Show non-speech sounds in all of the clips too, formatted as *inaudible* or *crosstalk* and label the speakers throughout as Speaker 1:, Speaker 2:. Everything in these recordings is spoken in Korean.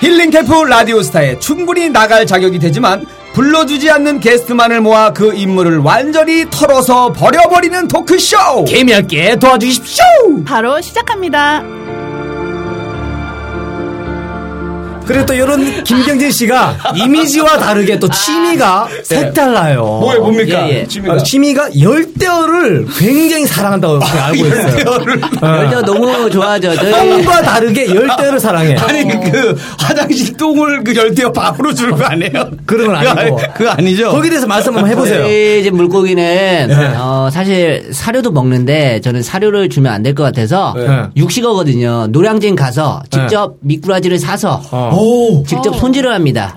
Speaker 1: 힐링 캠프 라디오스타에 충분히 나갈 자격이 되지만 불러주지 않는 게스트만을 모아 그 인물을 완전히 털어서 버려버리는 토크쇼
Speaker 2: 개미할게 도와주십시오.
Speaker 3: 바로 시작합니다.
Speaker 2: 네. 그리고 또 이런 김경진 씨가 이미지와 다르게 또 취미가 색달라요. 아,
Speaker 1: 뭐예요, 뭡니까? 취미가?
Speaker 2: 취미가? 취미가 열대어를 굉장히 사랑한다고 그렇게 알고 있어요.
Speaker 4: 열대 너무 좋아하죠. 저희
Speaker 2: 똥과 다르게 열대어를 사랑해.
Speaker 5: 아니 그 화장실 똥을 그 열대어 밥으로 주는 거 아니에요?
Speaker 2: 그런
Speaker 5: 그거
Speaker 2: 건 아니고.
Speaker 5: 아니- 그거 아니죠?
Speaker 2: 거기에 대해서 말씀 한번 해보세요. 네.
Speaker 4: 저희 집 물고기는 어, 사실 사료도 먹는데 저는 사료를 주면 안 될 것 같아서
Speaker 2: 네.
Speaker 4: 육식어거든요. 노량진 가서 직접 미꾸라지를 사서
Speaker 1: 어.
Speaker 2: 오.
Speaker 4: 직접 손질을 합니다.
Speaker 2: 아.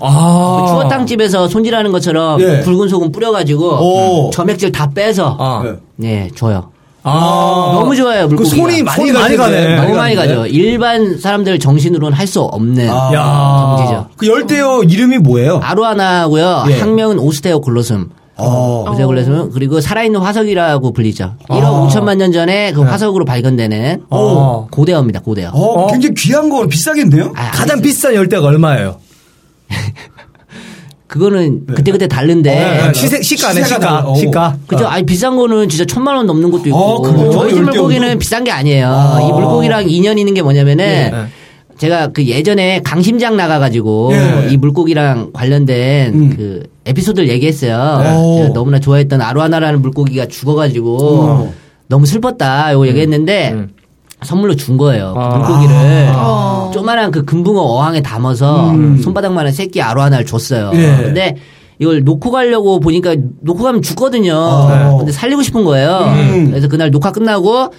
Speaker 4: 그 추어탕 집에서 손질하는 것처럼
Speaker 2: 예.
Speaker 4: 굵은 소금 뿌려가지고
Speaker 2: 오.
Speaker 4: 점액질 다 빼서
Speaker 2: 아.
Speaker 4: 네 줘요.
Speaker 2: 아.
Speaker 4: 너무 좋아요 물고기.
Speaker 2: 그 손이 많이 가는데.
Speaker 4: 너무
Speaker 2: 많이
Speaker 4: 많이 가죠. 일반 사람들 정신으로는 할 수 없는
Speaker 2: 아. 야.
Speaker 4: 경지죠.
Speaker 5: 그 열대어 이름이 뭐예요?
Speaker 4: 아로하나고요.
Speaker 5: 예.
Speaker 4: 학명은 오스테오골로슴.
Speaker 1: 어.
Speaker 2: 어.
Speaker 4: 오스테오골로슴 그리고 살아있는 화석이라고 불리죠. 1억 5천만 년 전에 그 화석으로 발견되는
Speaker 2: 아. 네. 어.
Speaker 4: 고대어입니다. 고대어.
Speaker 5: 어, 굉장히 귀한 거 비싸겠네요.
Speaker 4: 아,
Speaker 2: 가장
Speaker 4: 아니,
Speaker 2: 비싼 열대어가 얼마예요?
Speaker 4: 그거는 그때그때 다른데
Speaker 2: 시세, 네. 어, 시가네,
Speaker 5: 시세가
Speaker 2: 시가.
Speaker 5: 달라. 오.
Speaker 2: 시가.
Speaker 4: 그죠? 아니 비싼 거는 진짜 천만 원 넘는 것도 있고
Speaker 5: 어, 그래요?
Speaker 4: 저희 집
Speaker 5: 열대
Speaker 4: 물고기는
Speaker 5: 온도?
Speaker 4: 비싼 게 아니에요. 예. 이 물고기랑 인연 있는 게 뭐냐면은 제가 그 예전에 강심장 나가가지고 이 물고기랑 관련된 그 에피소드를 얘기했어요. 제가 너무나 좋아했던 아로하나라는 물고기가 죽어가지고 너무 슬펐다. 이거 얘기했는데. 선물로 준 거예요. 그 물고기를
Speaker 2: 아.
Speaker 4: 조만한 그 금붕어 어항에 담아서
Speaker 2: 음.
Speaker 4: 손바닥만한 새끼 아로하나를 줬어요.
Speaker 2: 예.
Speaker 4: 근데 이걸 놓고 가려고 보니까 놓고 가면 죽거든요.
Speaker 2: 아.
Speaker 4: 근데 살리고 싶은 거예요.
Speaker 2: 음.
Speaker 4: 그래서 그날 녹화 끝나고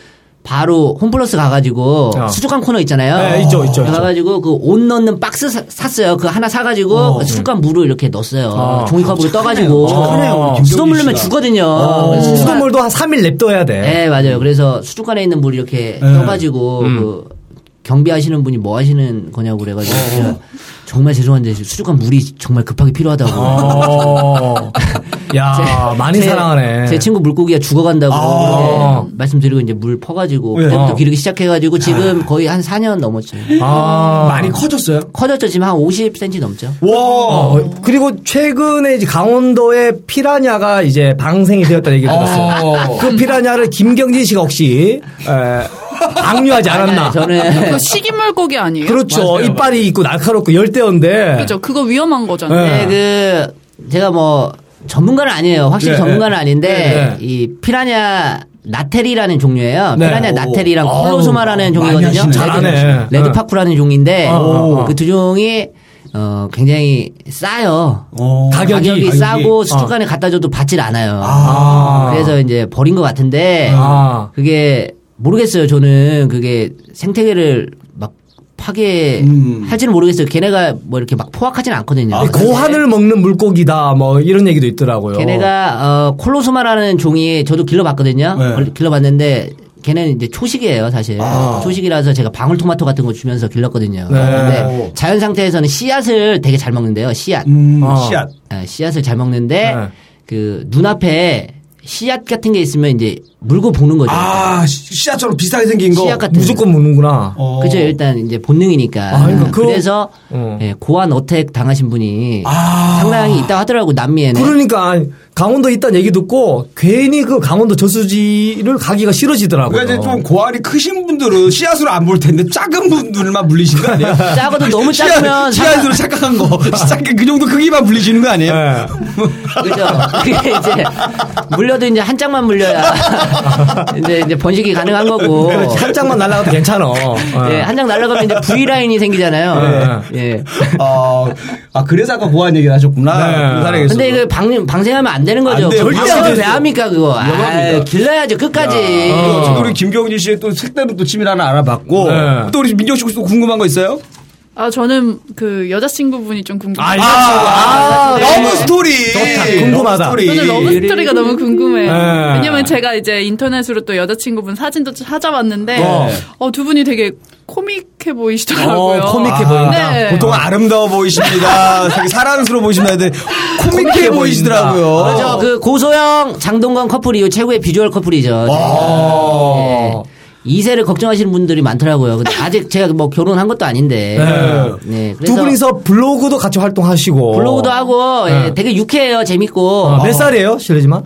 Speaker 4: 바로 홈플러스 가가지고 수족관 코너 있잖아요.
Speaker 2: 네, 아. 있죠, 있죠, 있죠.
Speaker 4: 가가지고 그 옷 넣는 박스 사- 샀어요. 그 하나 사가지고 그 수족관 물을 이렇게 넣었어요.
Speaker 2: 아.
Speaker 4: 종이컵으로 떠가지고 수돗 물 넣으면 죽거든요.
Speaker 2: 아. 네.
Speaker 4: 그래서 수돗물
Speaker 2: 어, 수돗물도 한 3일 냅둬야 돼.
Speaker 4: 네, 맞아요. 그래서 수족관에 있는 물
Speaker 2: 예.
Speaker 4: 이렇게 떠가지고
Speaker 2: 음.
Speaker 4: 그 경비하시는 분이 뭐 하시는 거냐고
Speaker 2: 어,
Speaker 4: 그래가지고 제가 정말 죄송한데 수족관 물이 정말 급하게
Speaker 2: *laughs*
Speaker 4: 필요하다고.
Speaker 2: 어. 야, 아,
Speaker 4: *laughs*
Speaker 2: 많이
Speaker 4: 제-
Speaker 2: 사랑하네.
Speaker 4: 제 친구 물고기가 죽어간다고
Speaker 2: 아.
Speaker 4: 네, 말씀드리고 이제 물 퍼가지고 그때부터
Speaker 2: 어.
Speaker 4: 기르기 시작해가지고 지금 거의 한 4년 넘었죠.
Speaker 2: 아.
Speaker 5: 많이 커졌어요.
Speaker 4: 커졌죠. 지금 한 50cm 넘죠.
Speaker 2: 와. 어, 그리고 최근에 이제 강원도에 피라냐가 이제 방생이 되었다는 얘기를 들었어요. 그 피라냐를 김경진 씨가 혹시 에, 악류하지 않았나?
Speaker 4: 아니, 저는
Speaker 2: *laughs*
Speaker 3: 그 식이물고기 아니에요?
Speaker 2: 그렇죠. 이빨이 있고 날카롭고 열대어인데.
Speaker 3: 그죠? 그거 위험한 거잖아요.
Speaker 2: 네.
Speaker 4: 근데 그 제가 뭐 전문가는 아니에요. 확실히
Speaker 2: 네,
Speaker 4: 전문가는 아닌데
Speaker 2: 네, 네.
Speaker 4: 이 피라냐 나텔이라는 종류예요.
Speaker 2: 네. 오.
Speaker 4: 피라냐 나텔이랑
Speaker 2: 아우,
Speaker 4: 콜로소마라는 종류거든요.
Speaker 2: 하시네. 잘하네.
Speaker 4: 레드, 파쿠라는 종인데
Speaker 2: 어.
Speaker 4: 그 두 종이 어 굉장히 싸요.
Speaker 2: 가격이, 어.
Speaker 4: 가격이, 싸고 수족관에 갖다 줘도 받질 않아요.
Speaker 2: 아.
Speaker 4: 그래서 이제 버린 것 같은데
Speaker 2: 아.
Speaker 4: 그게 모르겠어요. 저는 그게 생태계를 막 파괴할지는 모르겠어요. 걔네가 뭐 이렇게 막 포악하진 않거든요.
Speaker 2: 아, 고환을 먹는 물고기다 뭐 이런 얘기도 있더라고요.
Speaker 4: 걔네가 어, 콜로소마라는 종이 저도 길러봤거든요. 길러봤는데 걔는 이제 초식이에요, 사실. 초식이라서 제가 방울토마토 같은 거 주면서 길렀거든요. 근데 자연 상태에서는 씨앗을 되게 잘 먹는데요. 씨앗.
Speaker 5: 음.
Speaker 2: 어.
Speaker 5: 씨앗.
Speaker 4: 예, 씨앗을 잘 먹는데
Speaker 2: 네.
Speaker 4: 그 눈앞에 씨앗 같은 게 있으면 이제 물고 보는 거죠.
Speaker 5: 아 씨- 씨앗처럼 비싸게 생긴 거.
Speaker 4: 씨앗 같은
Speaker 2: 무조건 먹는구나.
Speaker 5: 어.
Speaker 4: 그죠 일단 이제 본능이니까
Speaker 2: 아, 그러니까 그거-
Speaker 4: 래서 예,
Speaker 2: 어.
Speaker 4: 고안 어택 당하신 분이
Speaker 5: 아.
Speaker 4: 상당히 있다 고 하더라고 남미에는
Speaker 2: 그러니까 강원도 있다는 얘기 듣고 괜히 그 강원도 저수지를 가기가 싫어지더라고요.
Speaker 5: 그러니까 이제 좀 고알이 크신 분들은 씨앗으로 안 볼 텐데 작은 분들만 물리시는 거 아니에요?
Speaker 4: 작아도 너무 작으면
Speaker 5: 씨앗, 씨앗으로 착각한 거. *laughs* 작게 그 정도 크기만 물리시는 거 아니에요? *laughs*
Speaker 2: 예.
Speaker 4: 그죠? 그게 이제 물려도 이제 한 장만 물려야 *laughs* 이제 이제 번식이 가능한 거고.
Speaker 2: 한 장만 어. 날라가도 괜찮아.
Speaker 4: *laughs* 예,
Speaker 2: 예.
Speaker 4: 한 장 날라가면 이제 V 라인이 생기잖아요.
Speaker 5: 네.
Speaker 4: 예.
Speaker 5: 아, 아, 그래서 아까 고알 얘기를 하셨구나.
Speaker 2: 네.
Speaker 5: 그 사람에게
Speaker 4: 근데 그 방, 방생하면 안 되는 거죠.
Speaker 5: 안 돼요.
Speaker 4: 그
Speaker 5: 절대
Speaker 4: 방생을
Speaker 5: 안 돼요.
Speaker 4: 왜 합니까 그거? 아,
Speaker 5: 위험합니다.
Speaker 4: 길러야죠 끝까지.
Speaker 5: 또 지금 어. 우리 김경진 씨의 또 색다른 또 취미를 하나 알아봤고
Speaker 2: 어. 네.
Speaker 5: 또 우리 민경 씨 혹시 또 궁금한 거 있어요?
Speaker 3: 아 저는 그 여자친구분이 좀 궁금해요.
Speaker 2: 아,
Speaker 5: 아,
Speaker 3: 네.
Speaker 5: 러브 스토리
Speaker 2: 좋다. 궁금하다.
Speaker 5: 러브 스토리.
Speaker 3: 저는 러브 스토리가 너무 궁금해요.
Speaker 2: 네.
Speaker 3: 왜냐면 제가 이제 인터넷으로 또 여자친구분 사진도 찾아봤는데
Speaker 2: 어.
Speaker 3: 어. 두 분이 되게 코믹해 보이시더라고요.
Speaker 2: 어, 코믹해 보인다.
Speaker 3: 네.
Speaker 5: 보통은 아름다워 보이십니다. 되게 사랑스러워 보이십니다. 근데 코믹해 보이시더라고요.
Speaker 4: 그- 그죠? 그 고소영 장동건 커플 이후 최고의 비주얼 커플이죠.
Speaker 5: 어.
Speaker 4: 예. 이세를 걱정하시는 분들이 많더라고요. 근데 아직 제가 뭐 결혼한 것도 아닌데. 네,
Speaker 2: 예. 두
Speaker 4: 그래서
Speaker 2: 분이서 블로그도 같이 활동하시고.
Speaker 4: 블로그도 하고 예, 되게 유쾌해요. 재밌고.
Speaker 2: 어, 몇 살이에요, 실례지만?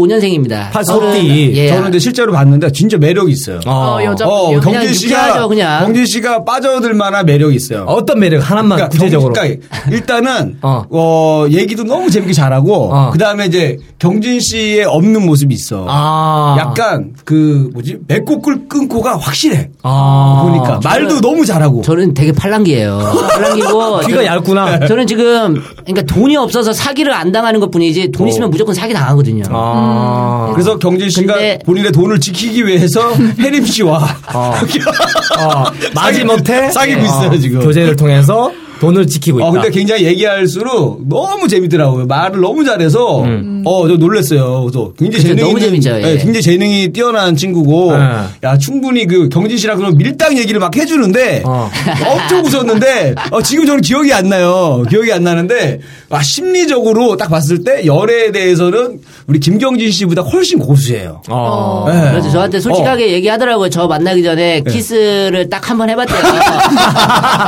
Speaker 4: 85년생입니다.
Speaker 2: 팔십오띠.
Speaker 4: 예.
Speaker 5: 저는 근데 실제로 봤는데 진짜 매력 있어요.
Speaker 2: 아,
Speaker 3: 어, 여자
Speaker 5: 어,
Speaker 3: 분이요?
Speaker 5: 경진
Speaker 4: 그냥
Speaker 5: 씨가
Speaker 4: 유쾌하죠, 그냥.
Speaker 5: 경진 씨가 빠져들 만한 매력이 있어요.
Speaker 2: 어떤 매력 하나만
Speaker 5: 그러니까
Speaker 2: 구체적으로.
Speaker 5: 경진- 그러니까 일단은
Speaker 2: 어.
Speaker 5: 어. 얘기도 너무 재밌게 잘하고
Speaker 2: 어.
Speaker 5: 그다음에 이제 경진 씨의 없는 모습이 있어.
Speaker 2: 아.
Speaker 5: 약간 그 뭐지 배꼽을 끊고가 확실해.
Speaker 2: 아.
Speaker 5: 보니까 말도 너무 잘하고.
Speaker 4: 저는 되게 팔랑기예요. 팔랑기고
Speaker 2: *laughs* 귀가
Speaker 4: 저는-
Speaker 2: 얇구나.
Speaker 4: 저는 지금 그러니까 돈이 없어서 사기를 안 당하는 것뿐이지 돈 있으면 무조건 사기 당하거든요.
Speaker 2: 어. 아.
Speaker 5: 그래서 경진 씨가
Speaker 4: 근데-
Speaker 5: 본인의 돈을 지키기
Speaker 4: *laughs*
Speaker 5: 위해서 해림 씨와 *laughs*
Speaker 2: 어, 마지못해
Speaker 5: 사귀고 있어요,
Speaker 2: 어,
Speaker 5: 지금.
Speaker 2: 교제를 통해서 돈을 지키고 있다.
Speaker 5: 어, 근데 굉장히 얘기할수록 너무 재밌더라고요. 말을 너무 잘해서,
Speaker 2: 음.
Speaker 5: 어, 저 놀랬어요. 그래서 굉장히
Speaker 4: 그죠,
Speaker 5: 재능이.
Speaker 4: 너무
Speaker 5: 있는-
Speaker 4: 재밌죠, 예.
Speaker 5: 예, 굉장히 재능이 뛰어난 친구고,
Speaker 2: 예.
Speaker 5: 야, 충분히 그 경진 씨랑 그런 밀당 얘기를 막 해주는데,
Speaker 2: 어.
Speaker 5: *laughs* 엄청 웃었는데, 어, 지금 저는 기억이 안 나요. 기억이 안 나는데, 아, 심리적으로 딱 봤을 때, 열애에 대해서는 우리 김경진 씨보다 훨씬 고수예요.
Speaker 2: 어.
Speaker 5: 예.
Speaker 4: 그래서 저한테 솔직하게 얘기하더라고요. 저 만나기 전에
Speaker 2: 네.
Speaker 4: 키스를 딱 한 번 해봤대요. *laughs*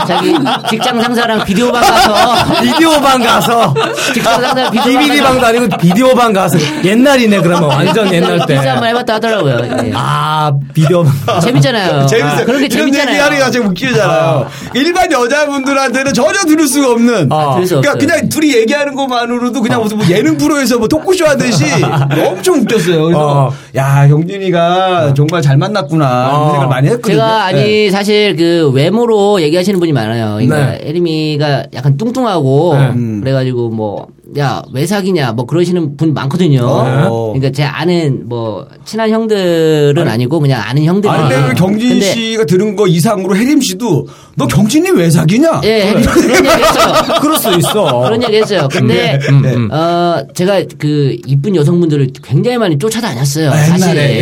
Speaker 4: 자기 직장 상사랑 비디오방 가서
Speaker 2: 비디오방 가서
Speaker 4: 직접
Speaker 2: *laughs*
Speaker 4: 상상 비디오
Speaker 2: 비비디방도 아니고 비디오방 가서 옛날이네 그러면 완전 *laughs* 옛날 때.
Speaker 4: 키스 한 번 해봤다 하더라고요. 예.
Speaker 2: 아 비디오방.
Speaker 4: *laughs*
Speaker 5: *laughs*
Speaker 4: 재밌잖아요.
Speaker 5: 재밌어요.
Speaker 4: 그런 게
Speaker 5: 이런
Speaker 4: 재밌잖아요.
Speaker 5: 얘기 하니까 지금 웃기잖아요. 일반 여자분들한테는 전혀 들을 수가 없는.
Speaker 2: 아,
Speaker 4: 들을 수
Speaker 5: 그러니까
Speaker 4: 없어요. 아.
Speaker 5: 그냥 둘이 얘기하는 것만으로도 그냥 무슨 뭐 예능 프로에서 뭐 토크쇼
Speaker 4: *laughs*
Speaker 5: 하듯이 엄청 웃겼어요. 그래서
Speaker 2: 어.
Speaker 5: 야 경진이가 정말 잘 만났구나 이런
Speaker 2: 어.
Speaker 5: 생각을 많이 했거든요.
Speaker 4: 어. 제가 아니
Speaker 5: 네.
Speaker 4: 사실 그 외모로 얘기하시는 분이 많아요. 그러니까
Speaker 2: 네.
Speaker 4: 에림이가 약간 뚱뚱하고
Speaker 2: 네.
Speaker 4: 음. 그래가지고 뭐 야 왜 사귀냐 뭐 그러시는 분 많거든요.
Speaker 5: 어.
Speaker 4: 그러니까 제 아는 뭐 친한 형들은 아니고 그냥 아는 형들이.
Speaker 5: 아, 근데 그 경진
Speaker 4: 근데
Speaker 5: 씨가 들은 거 이상으로 혜림 씨도 너 경진이 왜 사귀냐?
Speaker 4: 예, 혜림이 그런 얘기 했어요.
Speaker 2: 그럴 수
Speaker 4: *laughs*
Speaker 2: 있어.
Speaker 4: 그런 얘기
Speaker 5: 아,
Speaker 4: 했어요. 근데,
Speaker 2: 음.
Speaker 4: 어, 제가 그 이쁜 여성분들을 굉장히 많이 쫓아다녔어요.
Speaker 5: 옛날에,
Speaker 4: 사실.
Speaker 5: 옛날에,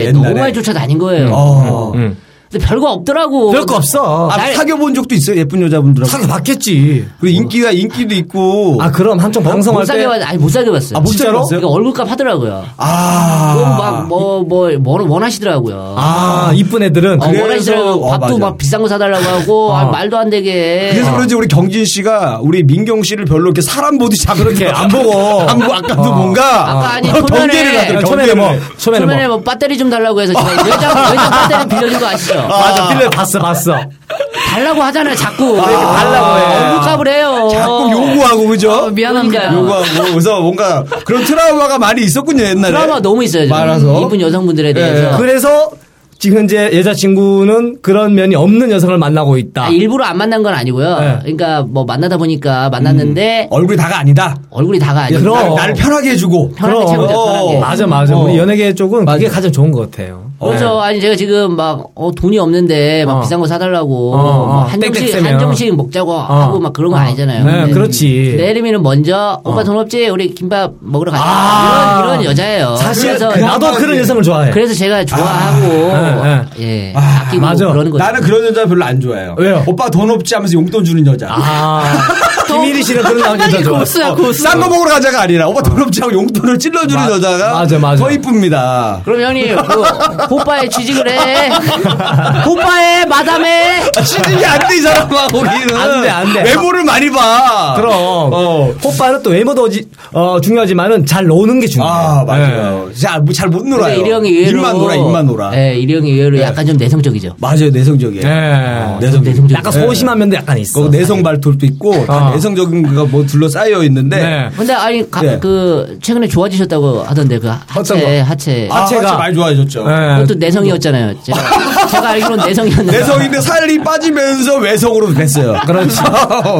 Speaker 4: 예,
Speaker 5: 옛날에.
Speaker 4: 너무 많이 쫓아다닌 거예요.
Speaker 5: 어.
Speaker 4: 음. 근데 별거 없더라고.
Speaker 2: 음. 별거 없어.
Speaker 5: 아,
Speaker 4: 날-
Speaker 5: 사귀어 본 적도 있어요 예쁜 여자분들하고.
Speaker 2: 사기 받겠지.
Speaker 5: 그리고 인기가 인기도 있고.
Speaker 2: 아 그럼 한쪽
Speaker 4: 못
Speaker 2: 방송할 때.
Speaker 4: 사귀어봤, 아니, 못 사귀어봤어요.
Speaker 5: 아, 못
Speaker 2: 진짜로?
Speaker 5: 사귀었어요?
Speaker 4: 그러니까 월급값 하더라고요.
Speaker 5: 아.
Speaker 4: 막, 뭐, 뭐, 뭐, 원하시더라고요.
Speaker 2: 아 이쁜 애들은
Speaker 4: 어,
Speaker 2: 그래.
Speaker 4: 원하시더라고요.
Speaker 5: 어, 맞아.
Speaker 4: 밥도 막 비싼 거 사달라고 하고, 아, 말도 안 되게. 어.
Speaker 5: 그래서 그런지 우리 경진 씨가 우리 민경 씨를 별로 이렇게 사람 보듯이 자 그렇게
Speaker 2: *laughs* 안 보고. 어.
Speaker 5: 안 보고 아까도 뭔가
Speaker 4: 아까 아니,
Speaker 5: 어,
Speaker 4: 초면에-
Speaker 5: 경계를 하더라
Speaker 2: 초면에
Speaker 5: 경계를
Speaker 2: 뭐
Speaker 5: 해.
Speaker 2: 초면에 뭐.
Speaker 4: 초면에 뭐, 배터리 좀 달라고 해서 제가
Speaker 5: *laughs*
Speaker 4: 외장, 외장 배터리 빌려준 거 아시죠?
Speaker 2: 맞아 필레 봤어 봤어.
Speaker 4: 달라고 하잖아요, 자꾸.
Speaker 2: 달라고 해.
Speaker 4: 월급값을 해요.
Speaker 5: 아. 자꾸 요구하고 그죠?
Speaker 3: 어, 미안합니다.
Speaker 4: 그러니까요.
Speaker 5: 요구하고 그래서 뭔가 그런 트라우마가 많이 있었군요 옛날에.
Speaker 4: 드라마 너무 있어요. 저는.
Speaker 5: 많아서? 네,
Speaker 4: 이쁜 여성분들에 대해서.
Speaker 2: 그래서 지금 현재 여자친구는 그런 면이 없는 여성을 만나고 있다.
Speaker 4: 아, 일부러 안 만난 건 아니고요.
Speaker 2: 네.
Speaker 4: 그러니까 뭐 만나다 보니까 만났는데
Speaker 5: 얼굴이 다가 아니다.
Speaker 4: 얼굴이 다가 아니고
Speaker 2: 그럼.
Speaker 5: 나를, 나를 편하게 해주고.
Speaker 4: 편하게
Speaker 2: 그럼.
Speaker 4: 채우자. 편하게.
Speaker 2: 맞아 맞아. 우리
Speaker 5: 네, 어.
Speaker 2: 연예계 쪽은 그게 가장 좋은 것 같아요.
Speaker 4: 그래서 아니 제가 지금 막 어, 돈이 없는데 막
Speaker 2: 어.
Speaker 4: 비싼 거 사달라고
Speaker 2: 어, 어.
Speaker 4: 뭐 한정식
Speaker 2: 땡땡 세면.
Speaker 4: 한정식 먹자고 하고 막 그런 거 아니잖아요.
Speaker 2: 네,
Speaker 4: 근데
Speaker 2: 그렇지.
Speaker 4: 내림이는 먼저 오빠 돈 없지 우리 김밥 먹으러 가자
Speaker 2: 아.
Speaker 4: 이런, 이런 여자예요.
Speaker 2: 사실
Speaker 4: 어, 그래서
Speaker 2: 나도
Speaker 5: 그런
Speaker 2: 그런
Speaker 5: 거-
Speaker 2: 여성을 좋아해.
Speaker 4: 그래서 제가 좋아하고
Speaker 2: 아.
Speaker 4: 예
Speaker 5: 아,
Speaker 4: 아끼고
Speaker 2: 맞아.
Speaker 4: 그러는 거죠.
Speaker 5: 나는 그런 여자 별로 안 좋아해요.
Speaker 2: 왜요?
Speaker 5: 오빠 돈 없지 하면서 용돈 주는 여자.
Speaker 2: 아 김일희 씨는 그런 남자
Speaker 3: 상당히
Speaker 2: 좋아.
Speaker 3: 고수야, 고수.
Speaker 5: 싼 거 먹으러 가자가 아니라 오빠 돈 없지 하고 용돈을 찔러주는
Speaker 2: 그렇죠. 마-
Speaker 5: 여자가
Speaker 2: 맞아, 맞아.
Speaker 5: 더 이쁩니다.
Speaker 4: 그럼 형님 그 호빠에 취직을 해. 호빠에 마담에
Speaker 5: 시즌이 안 돼 이 사람아 거기는
Speaker 2: 안 돼, 안 돼.
Speaker 5: 외모를 많이 봐
Speaker 2: 그럼
Speaker 5: 어.
Speaker 2: 호빠는 또 외모도 어지- 어, 중요하지만은 잘 노는 게 중요해.
Speaker 5: 아 맞아요
Speaker 2: 네.
Speaker 5: 잘잘못 놀아요
Speaker 4: 근데 일형이 의외로
Speaker 5: 입만 놀아 입만 놀아
Speaker 4: 예, 일형이 의외로 약간 좀 내성적이죠.
Speaker 5: 맞아요 내성적이에요 어,
Speaker 2: 예.
Speaker 5: 내성적
Speaker 4: 내성적이죠.
Speaker 2: 약간 소심한 면도 약간 있어.
Speaker 5: 거 내성 발톱도 있고 다
Speaker 2: 어.
Speaker 5: 내성적인 거가 뭐 둘러싸여 있는데
Speaker 2: 네.
Speaker 4: 근데 아니 가-
Speaker 5: 네.
Speaker 4: 그 최근에 좋아지셨다고 하던데 그
Speaker 5: 어떤
Speaker 4: 하체
Speaker 5: 거?
Speaker 4: 하체
Speaker 5: 아,
Speaker 2: 하체가-
Speaker 5: 하체 많이 좋아해졌죠
Speaker 2: 예.
Speaker 4: 그것도 내성이었잖아요. 제가, 제가 알기로는 내성이었는데
Speaker 5: 내성인데 살이 빠지면서 외성으로 됐어요
Speaker 2: 그렇지.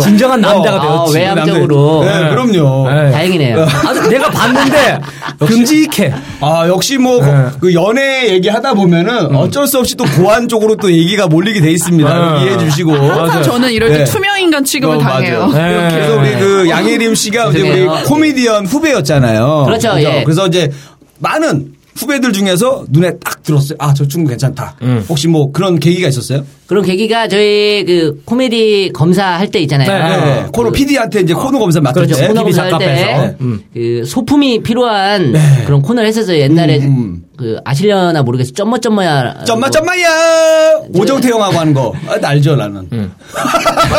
Speaker 2: 진정한 남자가
Speaker 5: 어,
Speaker 4: 아,
Speaker 2: 되었지.
Speaker 4: 외향적으로
Speaker 5: 네,
Speaker 2: 예.
Speaker 5: 그럼요
Speaker 2: 예.
Speaker 4: 다행이네요.
Speaker 2: 아, 내가 *laughs* 봤는데 듬직해.
Speaker 5: 아 역시 뭐
Speaker 2: 네. 음.
Speaker 5: 그 연애 얘기하다 보면은 어쩔 수 없이 또 고안 쪽으로 또 얘기가 몰리게 돼 있습니다
Speaker 2: 네.
Speaker 5: 이해해 주시고
Speaker 3: 항상 저는 이럴 때
Speaker 5: 네.
Speaker 3: 투명인간 취급을
Speaker 5: 어,
Speaker 3: 당해요.
Speaker 5: 맞아요.
Speaker 2: 네.
Speaker 5: 그래서 우리 그 양혜림 씨가 이제 우리
Speaker 4: 죄송해요.
Speaker 5: 코미디언 후배였잖아요.
Speaker 4: 그렇죠, 예.
Speaker 5: 그래서 이제 많은 후배들 중에서 눈에 딱 들었어요. 아, 저 친구 괜찮다.
Speaker 2: 음.
Speaker 5: 혹시 뭐 그런 계기가 있었어요?
Speaker 4: 그런 계기가 저희 그 코미디 검사 할 때 있잖아요.
Speaker 2: 네, 네.
Speaker 5: 예. 코너 PD한테 이제 네, 코너 검사 맡을
Speaker 4: 그렇죠.
Speaker 5: 때. 네.
Speaker 4: 코너
Speaker 2: TV
Speaker 4: 검사
Speaker 2: 작가 앞에서.
Speaker 4: 할때 그 소품이 필요한 그런 코너를 했었어요. 옛날에 그 아시려나 모르겠어. 점마 점마야.
Speaker 2: 음.
Speaker 5: 점마 점마야
Speaker 4: 네.
Speaker 5: 오정태 형하고 하는 거 아, 나 알죠 나는
Speaker 2: 음.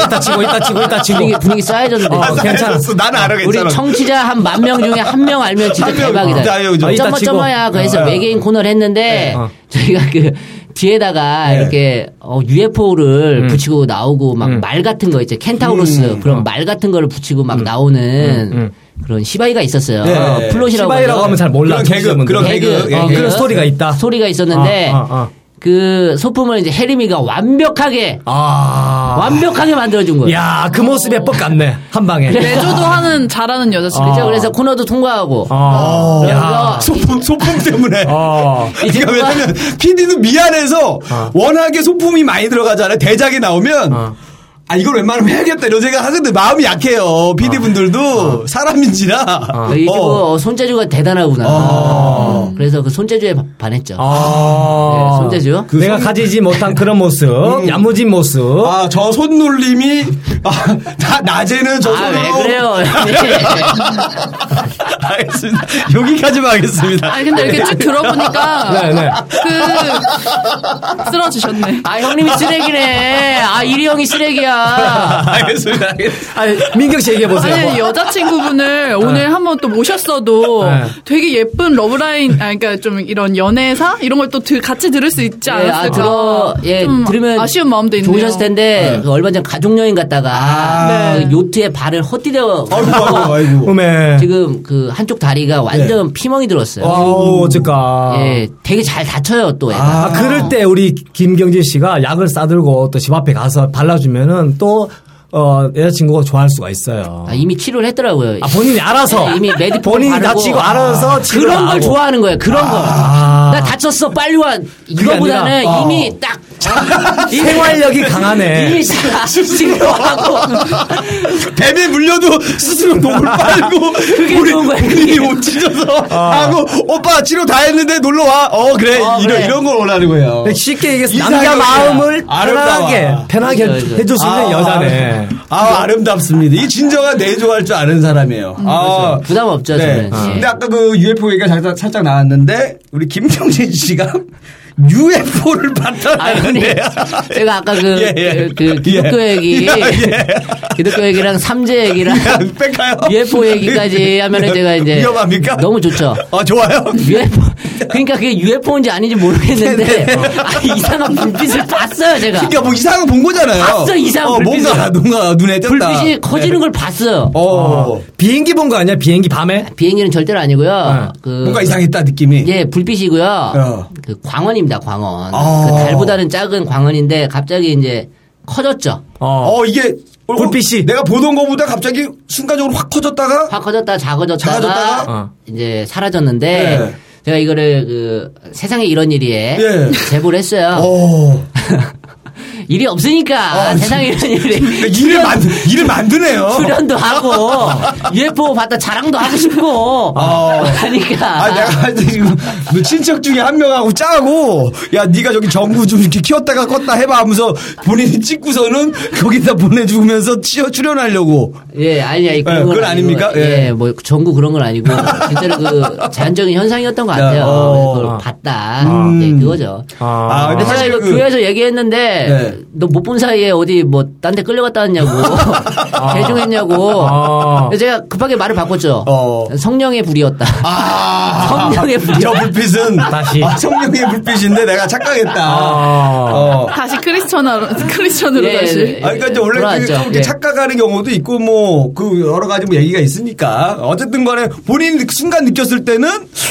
Speaker 2: 이따 치고 이따 치고 이따 치고.
Speaker 4: 분위기 분위기 쌓여졌는데.
Speaker 2: 어, 괜찮아.
Speaker 5: 나는 알아
Speaker 4: 우리
Speaker 5: 괜찮아
Speaker 4: 청취자 한 만 명 중에 한 명 알면 진짜
Speaker 5: 한 명,
Speaker 4: 대박이다.
Speaker 5: 진짜 알면 그죠.
Speaker 2: 이따
Speaker 4: 점마
Speaker 2: 치고.
Speaker 4: 점마야 그래서 외계인 코너를 했는데
Speaker 2: 어.
Speaker 4: 저희가 그 뒤에다가 이렇게 UFO를 붙이고 나오고 막 말 같은 거 있죠 켄타우로스 그런 말 같은 거를 붙이고 막 나오는 그런 시바이가 있었어요.
Speaker 5: 네.
Speaker 4: 어, 플롯이라고
Speaker 2: 시바이라고 하면 잘 몰라.
Speaker 5: 그런 개그
Speaker 2: 청취자분들은.
Speaker 5: 그런
Speaker 4: 개그, 아,
Speaker 5: 개그 예,
Speaker 2: 어,
Speaker 5: 개그.
Speaker 2: 그런 스토리가 있다.
Speaker 4: 소리가 있었는데
Speaker 2: 아, 아, 아.
Speaker 4: 그 소품을 이제 혜림이가 완벽하게
Speaker 2: 아.
Speaker 4: 완벽하게 만들어준 거예요.
Speaker 2: 야, 그 모습에 뻑 갔네. 한 방에.
Speaker 3: *laughs* 매조도 하는 잘하는 여자친구.
Speaker 4: 그죠? 그래서 코너도 통과하고
Speaker 2: 아.
Speaker 4: 어. 그래서
Speaker 5: 소품 소품 때문에
Speaker 2: 아.
Speaker 5: 그러니까 왜냐면 PD도 미안해서 워낙에 소품이 많이 어. 들어가잖아요. 대작이 나오면 아 이걸 웬만하면 해야겠다 이런 생각 하는데 마음이 약해요. PD 분들도 사람인지라.
Speaker 4: 이
Speaker 5: 어.
Speaker 4: 어. 손재주가 대단하구나.
Speaker 5: 아.
Speaker 4: 그래서 그 손재주에 바- 반했죠.
Speaker 3: 아,
Speaker 2: 아.
Speaker 4: 네, 손재주.
Speaker 2: 그 내가 손- 가지지 못한 그런 모습, 야무진 모습.
Speaker 5: 아, 저 손놀림이, 아, 나, 낮에는 저
Speaker 4: 아, 왜
Speaker 5: 손으로.
Speaker 4: 그래요?
Speaker 5: *laughs*
Speaker 3: *laughs*
Speaker 5: 알겠습니다. 여기까지만 하겠습니다.
Speaker 3: 아니 근데 이렇게 쭉
Speaker 4: 아.
Speaker 3: 들어보니까
Speaker 2: 네, 네.
Speaker 3: 그 쓰러지셨네.
Speaker 4: 아, 형님이 쓰레기네. 아, 이리 형이 쓰레기야.
Speaker 5: 아, 알겠습니다. 알겠습니다.
Speaker 2: 아니, 민경 씨 얘기해 보세요.
Speaker 3: 아니 여자친구분을 오늘 한번 또 모셨어도
Speaker 2: 네.
Speaker 3: 되게 예쁜 러브라인 아 그러니까 좀 이런 연애사 이런 걸 또 같이 들을 수 있지
Speaker 4: 예,
Speaker 3: 않았을까?
Speaker 4: 아, 들어, 예,
Speaker 3: 네, 좀
Speaker 4: 들으면.
Speaker 3: 아쉬운 마음도 있네요. 네. 아,
Speaker 4: 좋으셨을 텐데, 그 얼마 전 가족여행 갔다가, 그 요트에 발을 헛디뎌.
Speaker 3: 어,
Speaker 5: 아이고, 아이고, 아이고.
Speaker 2: 음에.
Speaker 4: 지금 그 한쪽 다리가 완전
Speaker 3: 네.
Speaker 4: 피멍이 들었어요.
Speaker 2: 아우, 어쩔까.
Speaker 4: 예, 되게 잘 다쳐요, 또 애가.
Speaker 2: 아, 그럴 때 우리 김경진 씨가 약을 싸들고 또 집 앞에 가서 발라주면은 또, 어, 여자친구가 좋아할 수가 있어요.
Speaker 4: 아, 이미 치료를 했더라고요.
Speaker 2: 아, 본인이 알아서.
Speaker 4: 네, 이미 메디폼
Speaker 2: *laughs* 본인이
Speaker 4: 바르고.
Speaker 2: 다치고 알아서 치료를
Speaker 4: 그런 걸
Speaker 2: 하고.
Speaker 4: 좋아하는 거예요. 그런
Speaker 2: 아.
Speaker 4: 거. 나 다쳤어, 빨리 와. 이거보다는
Speaker 2: 아니라, 어.
Speaker 4: 이미 딱.
Speaker 2: *laughs*
Speaker 4: *laughs*
Speaker 2: 생활력이 강하네.
Speaker 4: 이미 다
Speaker 2: *laughs*
Speaker 4: 치료하고.
Speaker 5: 뱀에 물려도 스스로 목을
Speaker 4: *laughs*
Speaker 5: 빨고
Speaker 4: 그게
Speaker 5: 우리
Speaker 4: 좋은 거야,
Speaker 5: 우리 몸찢어서 하고 오빠 치료 다 했는데 놀러 와. 어 그래
Speaker 4: 어,
Speaker 5: 이런
Speaker 4: 아. 그래.
Speaker 5: 이런 걸 원하는 거예요.
Speaker 2: 근데 쉽게 얘기해서
Speaker 5: 이상형이야.
Speaker 2: 남자 마음을
Speaker 5: 아름다워.
Speaker 2: 편하게, 편하게
Speaker 4: 그죠, 그죠.
Speaker 2: 해줄 수 있는 여자네.
Speaker 5: 아 아름답습니다. 이 진정한 내조할 줄 아는 사람이에요. 아,
Speaker 4: 음, 그렇죠. 부담 없죠,
Speaker 5: 네.
Speaker 4: 저는. 예.
Speaker 5: 근데 아까 그 UFO 얘기가 살짝, 살짝 나왔는데 우리 김경진 씨가 *laughs* UFO를
Speaker 4: 아니,
Speaker 5: 봤다는데
Speaker 4: 제가 아까 그,
Speaker 5: *laughs* 예, 예.
Speaker 4: 그, 그 기독교
Speaker 5: 예. *laughs*
Speaker 4: 얘기,
Speaker 5: 예.
Speaker 4: 기독교 얘기랑
Speaker 2: *laughs*
Speaker 4: 삼재 얘기랑
Speaker 5: *laughs* 뺄까요?
Speaker 4: UFO 얘기까지 하면은 제가 이제
Speaker 5: 위험합니까?
Speaker 4: 너무 좋죠.
Speaker 5: 아 좋아요.
Speaker 4: UFO 그러니까 그게 UFO인지 아닌지
Speaker 2: 네,
Speaker 4: 모르겠는데 아, 이상한 불빛을 봤어요 제가
Speaker 5: 그러니까 뭐 이상한 본 거잖아요.
Speaker 4: 봤어, 이상한
Speaker 5: 어,
Speaker 4: 불빛을.
Speaker 5: 뭔가 뭔가 눈에 띄었다. 네.
Speaker 4: 불빛이
Speaker 2: 네.
Speaker 4: 커지는 걸 봤어요
Speaker 5: 어.
Speaker 2: 비행기 본 거 아니야? 비행기 밤에?
Speaker 4: 비행기는 절대로 아니고요
Speaker 2: 네.
Speaker 4: 그
Speaker 5: 뭔가 이상했다 느낌이.
Speaker 4: 예 불빛이고요
Speaker 5: 어.
Speaker 4: 그 광원입니다 광원
Speaker 5: 아.
Speaker 4: 그 달보다는 작은 광원인데 갑자기 이제 커졌죠
Speaker 2: 어.
Speaker 5: 어 이게 어,
Speaker 2: 불빛이.
Speaker 5: 내가 보던 거보다 갑자기 순간적으로 확 커졌다가
Speaker 4: 확 커졌다 작아졌다가,
Speaker 5: 작아졌다가?
Speaker 2: 어.
Speaker 4: 이제 사라졌는데
Speaker 5: 네.
Speaker 4: 제가 이거를 그 세상에 이런 일이에
Speaker 5: 예.
Speaker 4: 제보를 했어요
Speaker 5: 어
Speaker 4: 일이 없으니까 세상에 이런
Speaker 5: *laughs*
Speaker 4: 일이
Speaker 5: 일을 만 일을 만드네요.
Speaker 4: 출연도 하고 *laughs* UFO 봤다 자랑도 하고 싶고
Speaker 5: 어.
Speaker 4: 하니까
Speaker 5: 아 내가 지금 너뭐 친척 중에 한 명하고 짜고 야 네가 저기 전구 좀 이렇게 키웠다가 껐다 해봐 하면서 본인이 찍고서는 거기다 보내주면서 치어 출연하려고
Speaker 4: 예 아니야 이- 그런
Speaker 5: 예,
Speaker 4: 건
Speaker 5: 그건
Speaker 4: 아니고,
Speaker 5: 아닙니까? 예.
Speaker 4: 예. 뭐 전구 그런 건 아니고
Speaker 5: *laughs*
Speaker 4: 진짜로 그 자연적인 현상이었던 것 같아요
Speaker 5: 야, 어.
Speaker 4: 그걸
Speaker 2: 아.
Speaker 4: 봤다
Speaker 5: 음.
Speaker 4: 예, 그거죠
Speaker 2: 아.
Speaker 5: 근데
Speaker 4: 근데 제가
Speaker 5: 사실
Speaker 4: 이거
Speaker 5: 그-
Speaker 4: 교회에서 얘기했는데
Speaker 5: 네.
Speaker 4: 너 못 본 사이에 어디 뭐 딴 데
Speaker 5: *laughs*
Speaker 4: 끌려갔다 왔냐고 *laughs* 개종했냐고
Speaker 2: 아.
Speaker 4: 그래서 제가 급하게 말을 바꿨죠
Speaker 5: 어.
Speaker 4: 성령의 불이었다
Speaker 5: 아
Speaker 4: 성령의 불이
Speaker 5: 저 불빛은
Speaker 2: 다시.
Speaker 5: 아, 성령의 불빛인데 내가 착각했다.
Speaker 2: 아.
Speaker 5: 어.
Speaker 3: 다시 크리스천으로 크리스천으로
Speaker 4: 예,
Speaker 3: 다시.
Speaker 5: 아, 그러니까 이제 원래 그,
Speaker 4: 돌아왔죠.
Speaker 5: 좀 이렇게
Speaker 4: 예.
Speaker 5: 착각하는 경우도 있고 뭐 그 여러 가지 뭐 얘기가 있으니까 어쨌든 간에 본인 순간 느꼈을 때는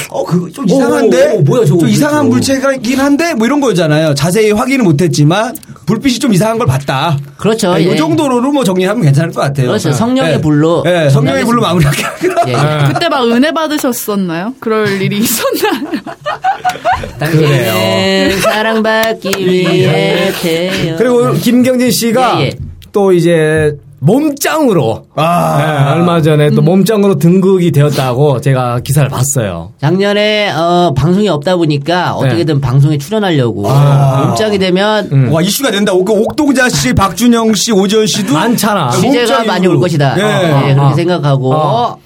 Speaker 5: 어 그 좀 이상한데
Speaker 4: 오, 오, 어, 뭐야, 저거
Speaker 5: 좀 이상한
Speaker 4: 저거.
Speaker 5: 물체가긴 한데 뭐 이런 거잖아요 자세히 확인은 못했지만 불빛이 좀 이상한 걸 봤다
Speaker 4: 그렇죠,
Speaker 5: 아, 요
Speaker 4: 예.
Speaker 5: 정도로는 뭐 정리하면 괜찮을 것 같아요
Speaker 4: 그렇죠.
Speaker 5: 예.
Speaker 4: 성령의
Speaker 5: 예.
Speaker 4: 불로
Speaker 5: 예, 성령의
Speaker 4: 정리하겠습니다.
Speaker 5: 불로 마무리할게요
Speaker 4: 예.
Speaker 3: 그때 막 은혜 받으셨었나요? 그럴 일이 있었나요?
Speaker 5: *laughs*
Speaker 4: 당신은
Speaker 5: 예.
Speaker 4: 사랑받기 위해 태어
Speaker 2: 그리고 김경진 씨가
Speaker 4: 예, 예.
Speaker 2: 또 이제 몸짱으로
Speaker 5: 아.
Speaker 2: 네, 얼마 전에 또
Speaker 5: 음.
Speaker 2: 몸짱으로 등극이 되었다고 제가 기사를 봤어요.
Speaker 4: 작년에 어, 방송이 없다 보니까
Speaker 5: 네.
Speaker 4: 어떻게든 방송에 출연하려고
Speaker 5: 아.
Speaker 4: 몸짱이 되면
Speaker 5: 와 이슈가 된다. 그 옥동자 씨, 박준영 씨, 오지현 씨도
Speaker 2: 많잖아.
Speaker 5: 아,
Speaker 4: 취재가
Speaker 5: 몸짱이
Speaker 4: 많이 올
Speaker 5: 그-
Speaker 4: 것이다.
Speaker 5: 예.
Speaker 4: 어, 예, 그렇게
Speaker 2: 어.
Speaker 4: 생각하고
Speaker 2: 어.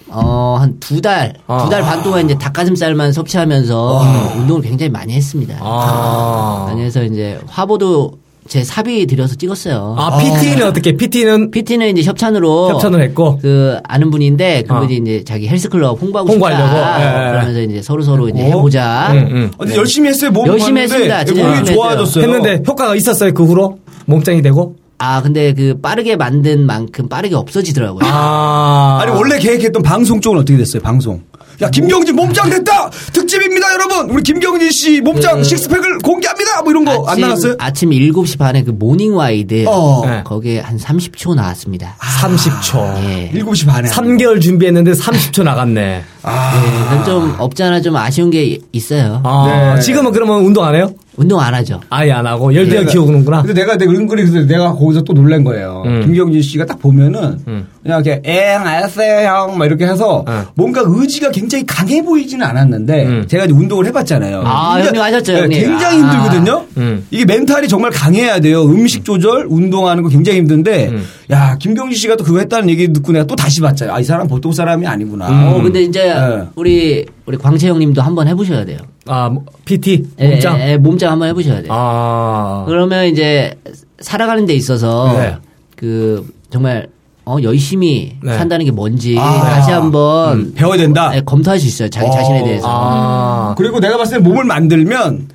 Speaker 4: 한 두 달,
Speaker 2: 어.
Speaker 4: 두 달 반 동안 이제 닭가슴살만 섭취하면서 운동을 굉장히 많이 했습니다.
Speaker 2: 아,
Speaker 4: 그래서 이제 화보도 제 사비 들여서 찍었어요.
Speaker 2: 아 PT는 어떻게? PT는
Speaker 4: PT는 이제 협찬으로
Speaker 2: 협찬을 했고.
Speaker 4: 그 아는 분인데 그분이
Speaker 2: 어.
Speaker 4: 이제 자기 헬스클럽 홍보하고
Speaker 2: 홍보하려고?
Speaker 4: 싶다.
Speaker 2: 예, 예.
Speaker 4: 그러면서 이제 서로 서로 이제 해보자.
Speaker 2: 음.
Speaker 5: 아, 근데 열심히 네. 했어요. 몸
Speaker 4: 열심히
Speaker 5: 봤는데
Speaker 4: 했습니다. 진짜
Speaker 5: 몸이
Speaker 4: 열심히
Speaker 5: 좋아졌어요.
Speaker 2: 했는데 효과가 있었어요. 그 후로 몸짱이 되고.
Speaker 4: 아 근데 그 빠르게 만든 만큼 빠르게 없어지더라고요.
Speaker 2: 아,
Speaker 5: 아니 원래 계획했던 방송 쪽은 어떻게 됐어요? 방송. 야 김경진 몸짱 됐다 특집입니다 여러분 우리 김경진 씨 몸짱 식스팩을 공개합니다 뭐 이런 거 안 나갔어요?
Speaker 4: 아침 7시 반에 그 모닝 와이드
Speaker 5: 어.
Speaker 2: 네.
Speaker 4: 거기에 한 30초 나왔습니다.
Speaker 2: 아, 30초. 네.
Speaker 4: 예.
Speaker 5: 7시 반에
Speaker 2: 3개월 준비했는데 30초 나갔네.
Speaker 5: 아.
Speaker 4: 예, 그건 좀 없지 않아 좀 아쉬운 게 있어요.
Speaker 2: 아, 지금은 그러면 운동 안 해요?
Speaker 4: 운동 안 하죠.
Speaker 2: 아예 안 하고 열대어 키우는구나.
Speaker 5: 근데 내가 내가 은근히 그래서 내가 거기서 또 놀란 거예요.
Speaker 2: 음.
Speaker 5: 김경진 씨가 딱 보면은
Speaker 4: 음.
Speaker 5: 그냥 이렇게 엥 알았어요 형 막 이렇게 해서
Speaker 2: 어.
Speaker 5: 뭔가 의지가 굉장히 강해 보이지는 않았는데
Speaker 2: 음.
Speaker 5: 제가 이제 운동을 해봤잖아요.
Speaker 4: 아, 형님 하셨죠,
Speaker 5: 네,
Speaker 4: 형님.
Speaker 5: 굉장히
Speaker 4: 아.
Speaker 5: 힘들거든요.
Speaker 2: 음.
Speaker 5: 이게 멘탈이 정말 강해야 돼요. 음식 조절, 운동하는 거 굉장히 힘든데
Speaker 4: 음.
Speaker 5: 야 김경진 씨가 또 그거 했다는 얘기 듣고 내가 또 다시 봤잖아요. 아 이 사람 보통 사람이 아니구나.
Speaker 4: 어, 근데 이제
Speaker 5: 네.
Speaker 4: 우리 우리 광채 형님도 한번 해보셔야 돼요.
Speaker 2: 아, 뭐, PT
Speaker 4: 예,
Speaker 2: 몸짱.
Speaker 4: 예, 예, 몸짱 한번 해보셔야 돼요.
Speaker 2: 아,
Speaker 4: 그러면 이제 살아가는 데 있어서
Speaker 2: 네.
Speaker 4: 그 정말 어, 열심히
Speaker 2: 네.
Speaker 4: 산다는 게 뭔지 다시 한번
Speaker 5: 음, 배워야 된다.
Speaker 4: 예, 검토할 수 있어요. 자기
Speaker 5: 어.
Speaker 4: 자신에 대해서.
Speaker 2: 아,
Speaker 5: 그리고 내가 봤을 때 몸을 만들면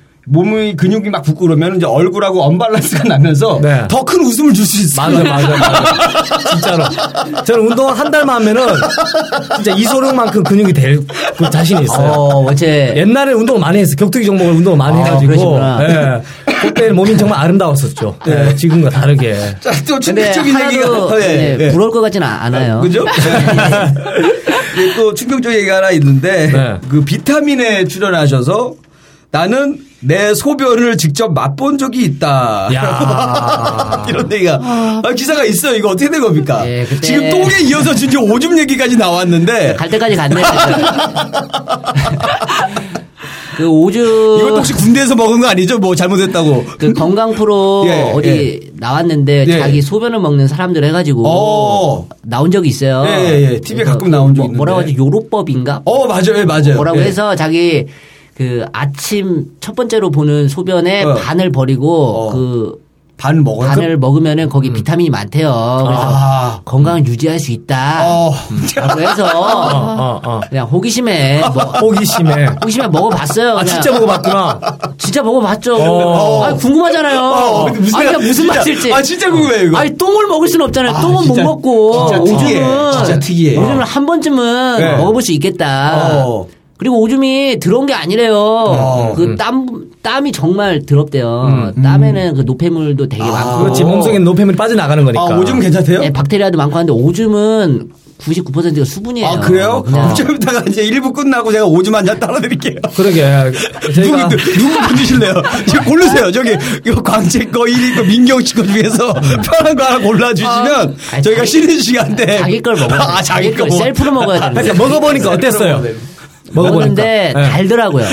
Speaker 5: 몸의 근육이 막 부끄러면 이제 얼굴하고 언밸런스가 나면서
Speaker 2: 네.
Speaker 5: 더 큰 웃음을 줄 수 있어요.
Speaker 2: 맞아, 맞아, 맞아. 진짜로. 저는 운동을 한 달만 하면은 진짜 이소룡만큼 근육이 될 그 자신이 있어요.
Speaker 4: 어, 어째
Speaker 2: 옛날에 운동을 많이 했어요. 격투기 종목을 운동을 많이
Speaker 4: 아,
Speaker 2: 해가지고.
Speaker 4: 그러시구나.
Speaker 2: 예. 그때 몸이 정말 아름다웠었죠. 예, 지금과 다르게.
Speaker 5: *laughs* 자, 또
Speaker 4: 근데
Speaker 5: 충격적인 얘기가
Speaker 4: 하나도 예, 부러울 것 같지는 아- 않아요.
Speaker 5: 그죠? 네. 예, 또 충격적인 얘기가 하나 있는데
Speaker 2: 네.
Speaker 5: 그 비타민에 출연하셔서 나는 내 소변을 직접 맛본 적이 있다.
Speaker 2: 야.
Speaker 5: *laughs* 이런 얘기가 아, 기사가 있어요. 이거 어떻게 된 겁니까?
Speaker 4: 예, 그때-
Speaker 5: 지금 똥에 이어서 진짜 오줌 얘기까지 나왔는데
Speaker 4: 갈 때까지 갔네. 진짜. 그 오주
Speaker 5: 이것도 혹시 군대에서 먹은 거 아니죠? 뭐 잘못했다고.
Speaker 4: 그 건강 프로
Speaker 5: *laughs* 예,
Speaker 4: 어디 나왔는데
Speaker 5: 예.
Speaker 4: 자기 소변을 먹는 사람들 해가지고
Speaker 5: 오.
Speaker 4: 나온 적이 있어요.
Speaker 5: 예, 예, 예. TV 에
Speaker 4: 그래서
Speaker 5: 가끔 나온 적
Speaker 4: 뭐 뭐라고
Speaker 5: 있는데.
Speaker 4: 하죠? 요로법인가?
Speaker 5: 어 맞아요, 예, 맞아요.
Speaker 4: 뭐라고
Speaker 5: 예.
Speaker 4: 해서 자기 그 아침 첫 번째로 보는 소변에
Speaker 5: 어.
Speaker 4: 반을 버리고
Speaker 5: 어.
Speaker 4: 그
Speaker 5: 반 먹어요.
Speaker 4: 반을 먹으면은 거기 비타민이 많대요. 그래서
Speaker 5: 아.
Speaker 4: 건강을 유지할 수 있다. 음.
Speaker 5: 어.
Speaker 4: 라고
Speaker 2: 어,
Speaker 4: 해서
Speaker 2: 어, 어.
Speaker 4: 그냥 호기심에
Speaker 5: *laughs*
Speaker 4: 뭐
Speaker 2: 호기심에.
Speaker 4: 호기심에 먹어봤어요.
Speaker 2: 아,
Speaker 4: 그냥.
Speaker 2: 진짜 먹어봤구나.
Speaker 4: 진짜 먹어봤죠.
Speaker 2: 어.
Speaker 4: 아 궁금하잖아요.
Speaker 5: 어, 근데 무슨-
Speaker 4: 아니 그냥 무슨
Speaker 5: 진짜-
Speaker 4: 맛일지.
Speaker 5: 아, 진짜 궁금해요, 이거.
Speaker 4: 아니 똥을 먹을 순 없잖아요.
Speaker 5: 아,
Speaker 4: 똥은
Speaker 5: 진짜-
Speaker 4: 못 먹고
Speaker 5: 진짜 특이해.
Speaker 4: 오줌은
Speaker 5: 진짜 특이해.
Speaker 4: 오줌을 한 번쯤은
Speaker 5: 네.
Speaker 4: 먹어볼 수 있겠다.
Speaker 5: 어.
Speaker 4: 그리고 오줌이 들어온 게 아니래요.
Speaker 5: 음.
Speaker 4: 그 땀 땀이 정말 더럽대요. 땀에는 그 노폐물도 되게 많고.
Speaker 2: 그렇지. 몸속에 노폐물이 빠져나가는
Speaker 5: 어. 아
Speaker 2: 거니까.
Speaker 5: 오줌 괜찮대요?
Speaker 4: 네, 박테리아도 많고 하는데 오줌은 99%가 수분이에요. 어, 네.
Speaker 5: 아 그래요?
Speaker 4: 그냥
Speaker 5: 좀 이따가 이제 1부 끝나고 제가 오줌 한 잔 따라 드릴게요.
Speaker 2: 그러게.
Speaker 5: 누구
Speaker 2: 저희가
Speaker 5: 누구
Speaker 4: *laughs*
Speaker 5: 보주실래요? 지금 고르세요. 저기 이거 광채 거 1위 거 민경 씨거 중에서 편한 거 하나 골라 주시면
Speaker 4: 음. 아니,
Speaker 5: 저희가
Speaker 4: 자기-
Speaker 5: 쉬는 시간대
Speaker 4: 자기 걸 먹어야 돼.
Speaker 5: 아 자기 거 먹어. 아,
Speaker 4: 셀프로 먹어야 되는데.
Speaker 2: 그러니까 먹어보니까 어땠어요? 먹어보니까.
Speaker 4: 먹었는데
Speaker 5: *laughs*
Speaker 2: 네.
Speaker 4: 달더라고요.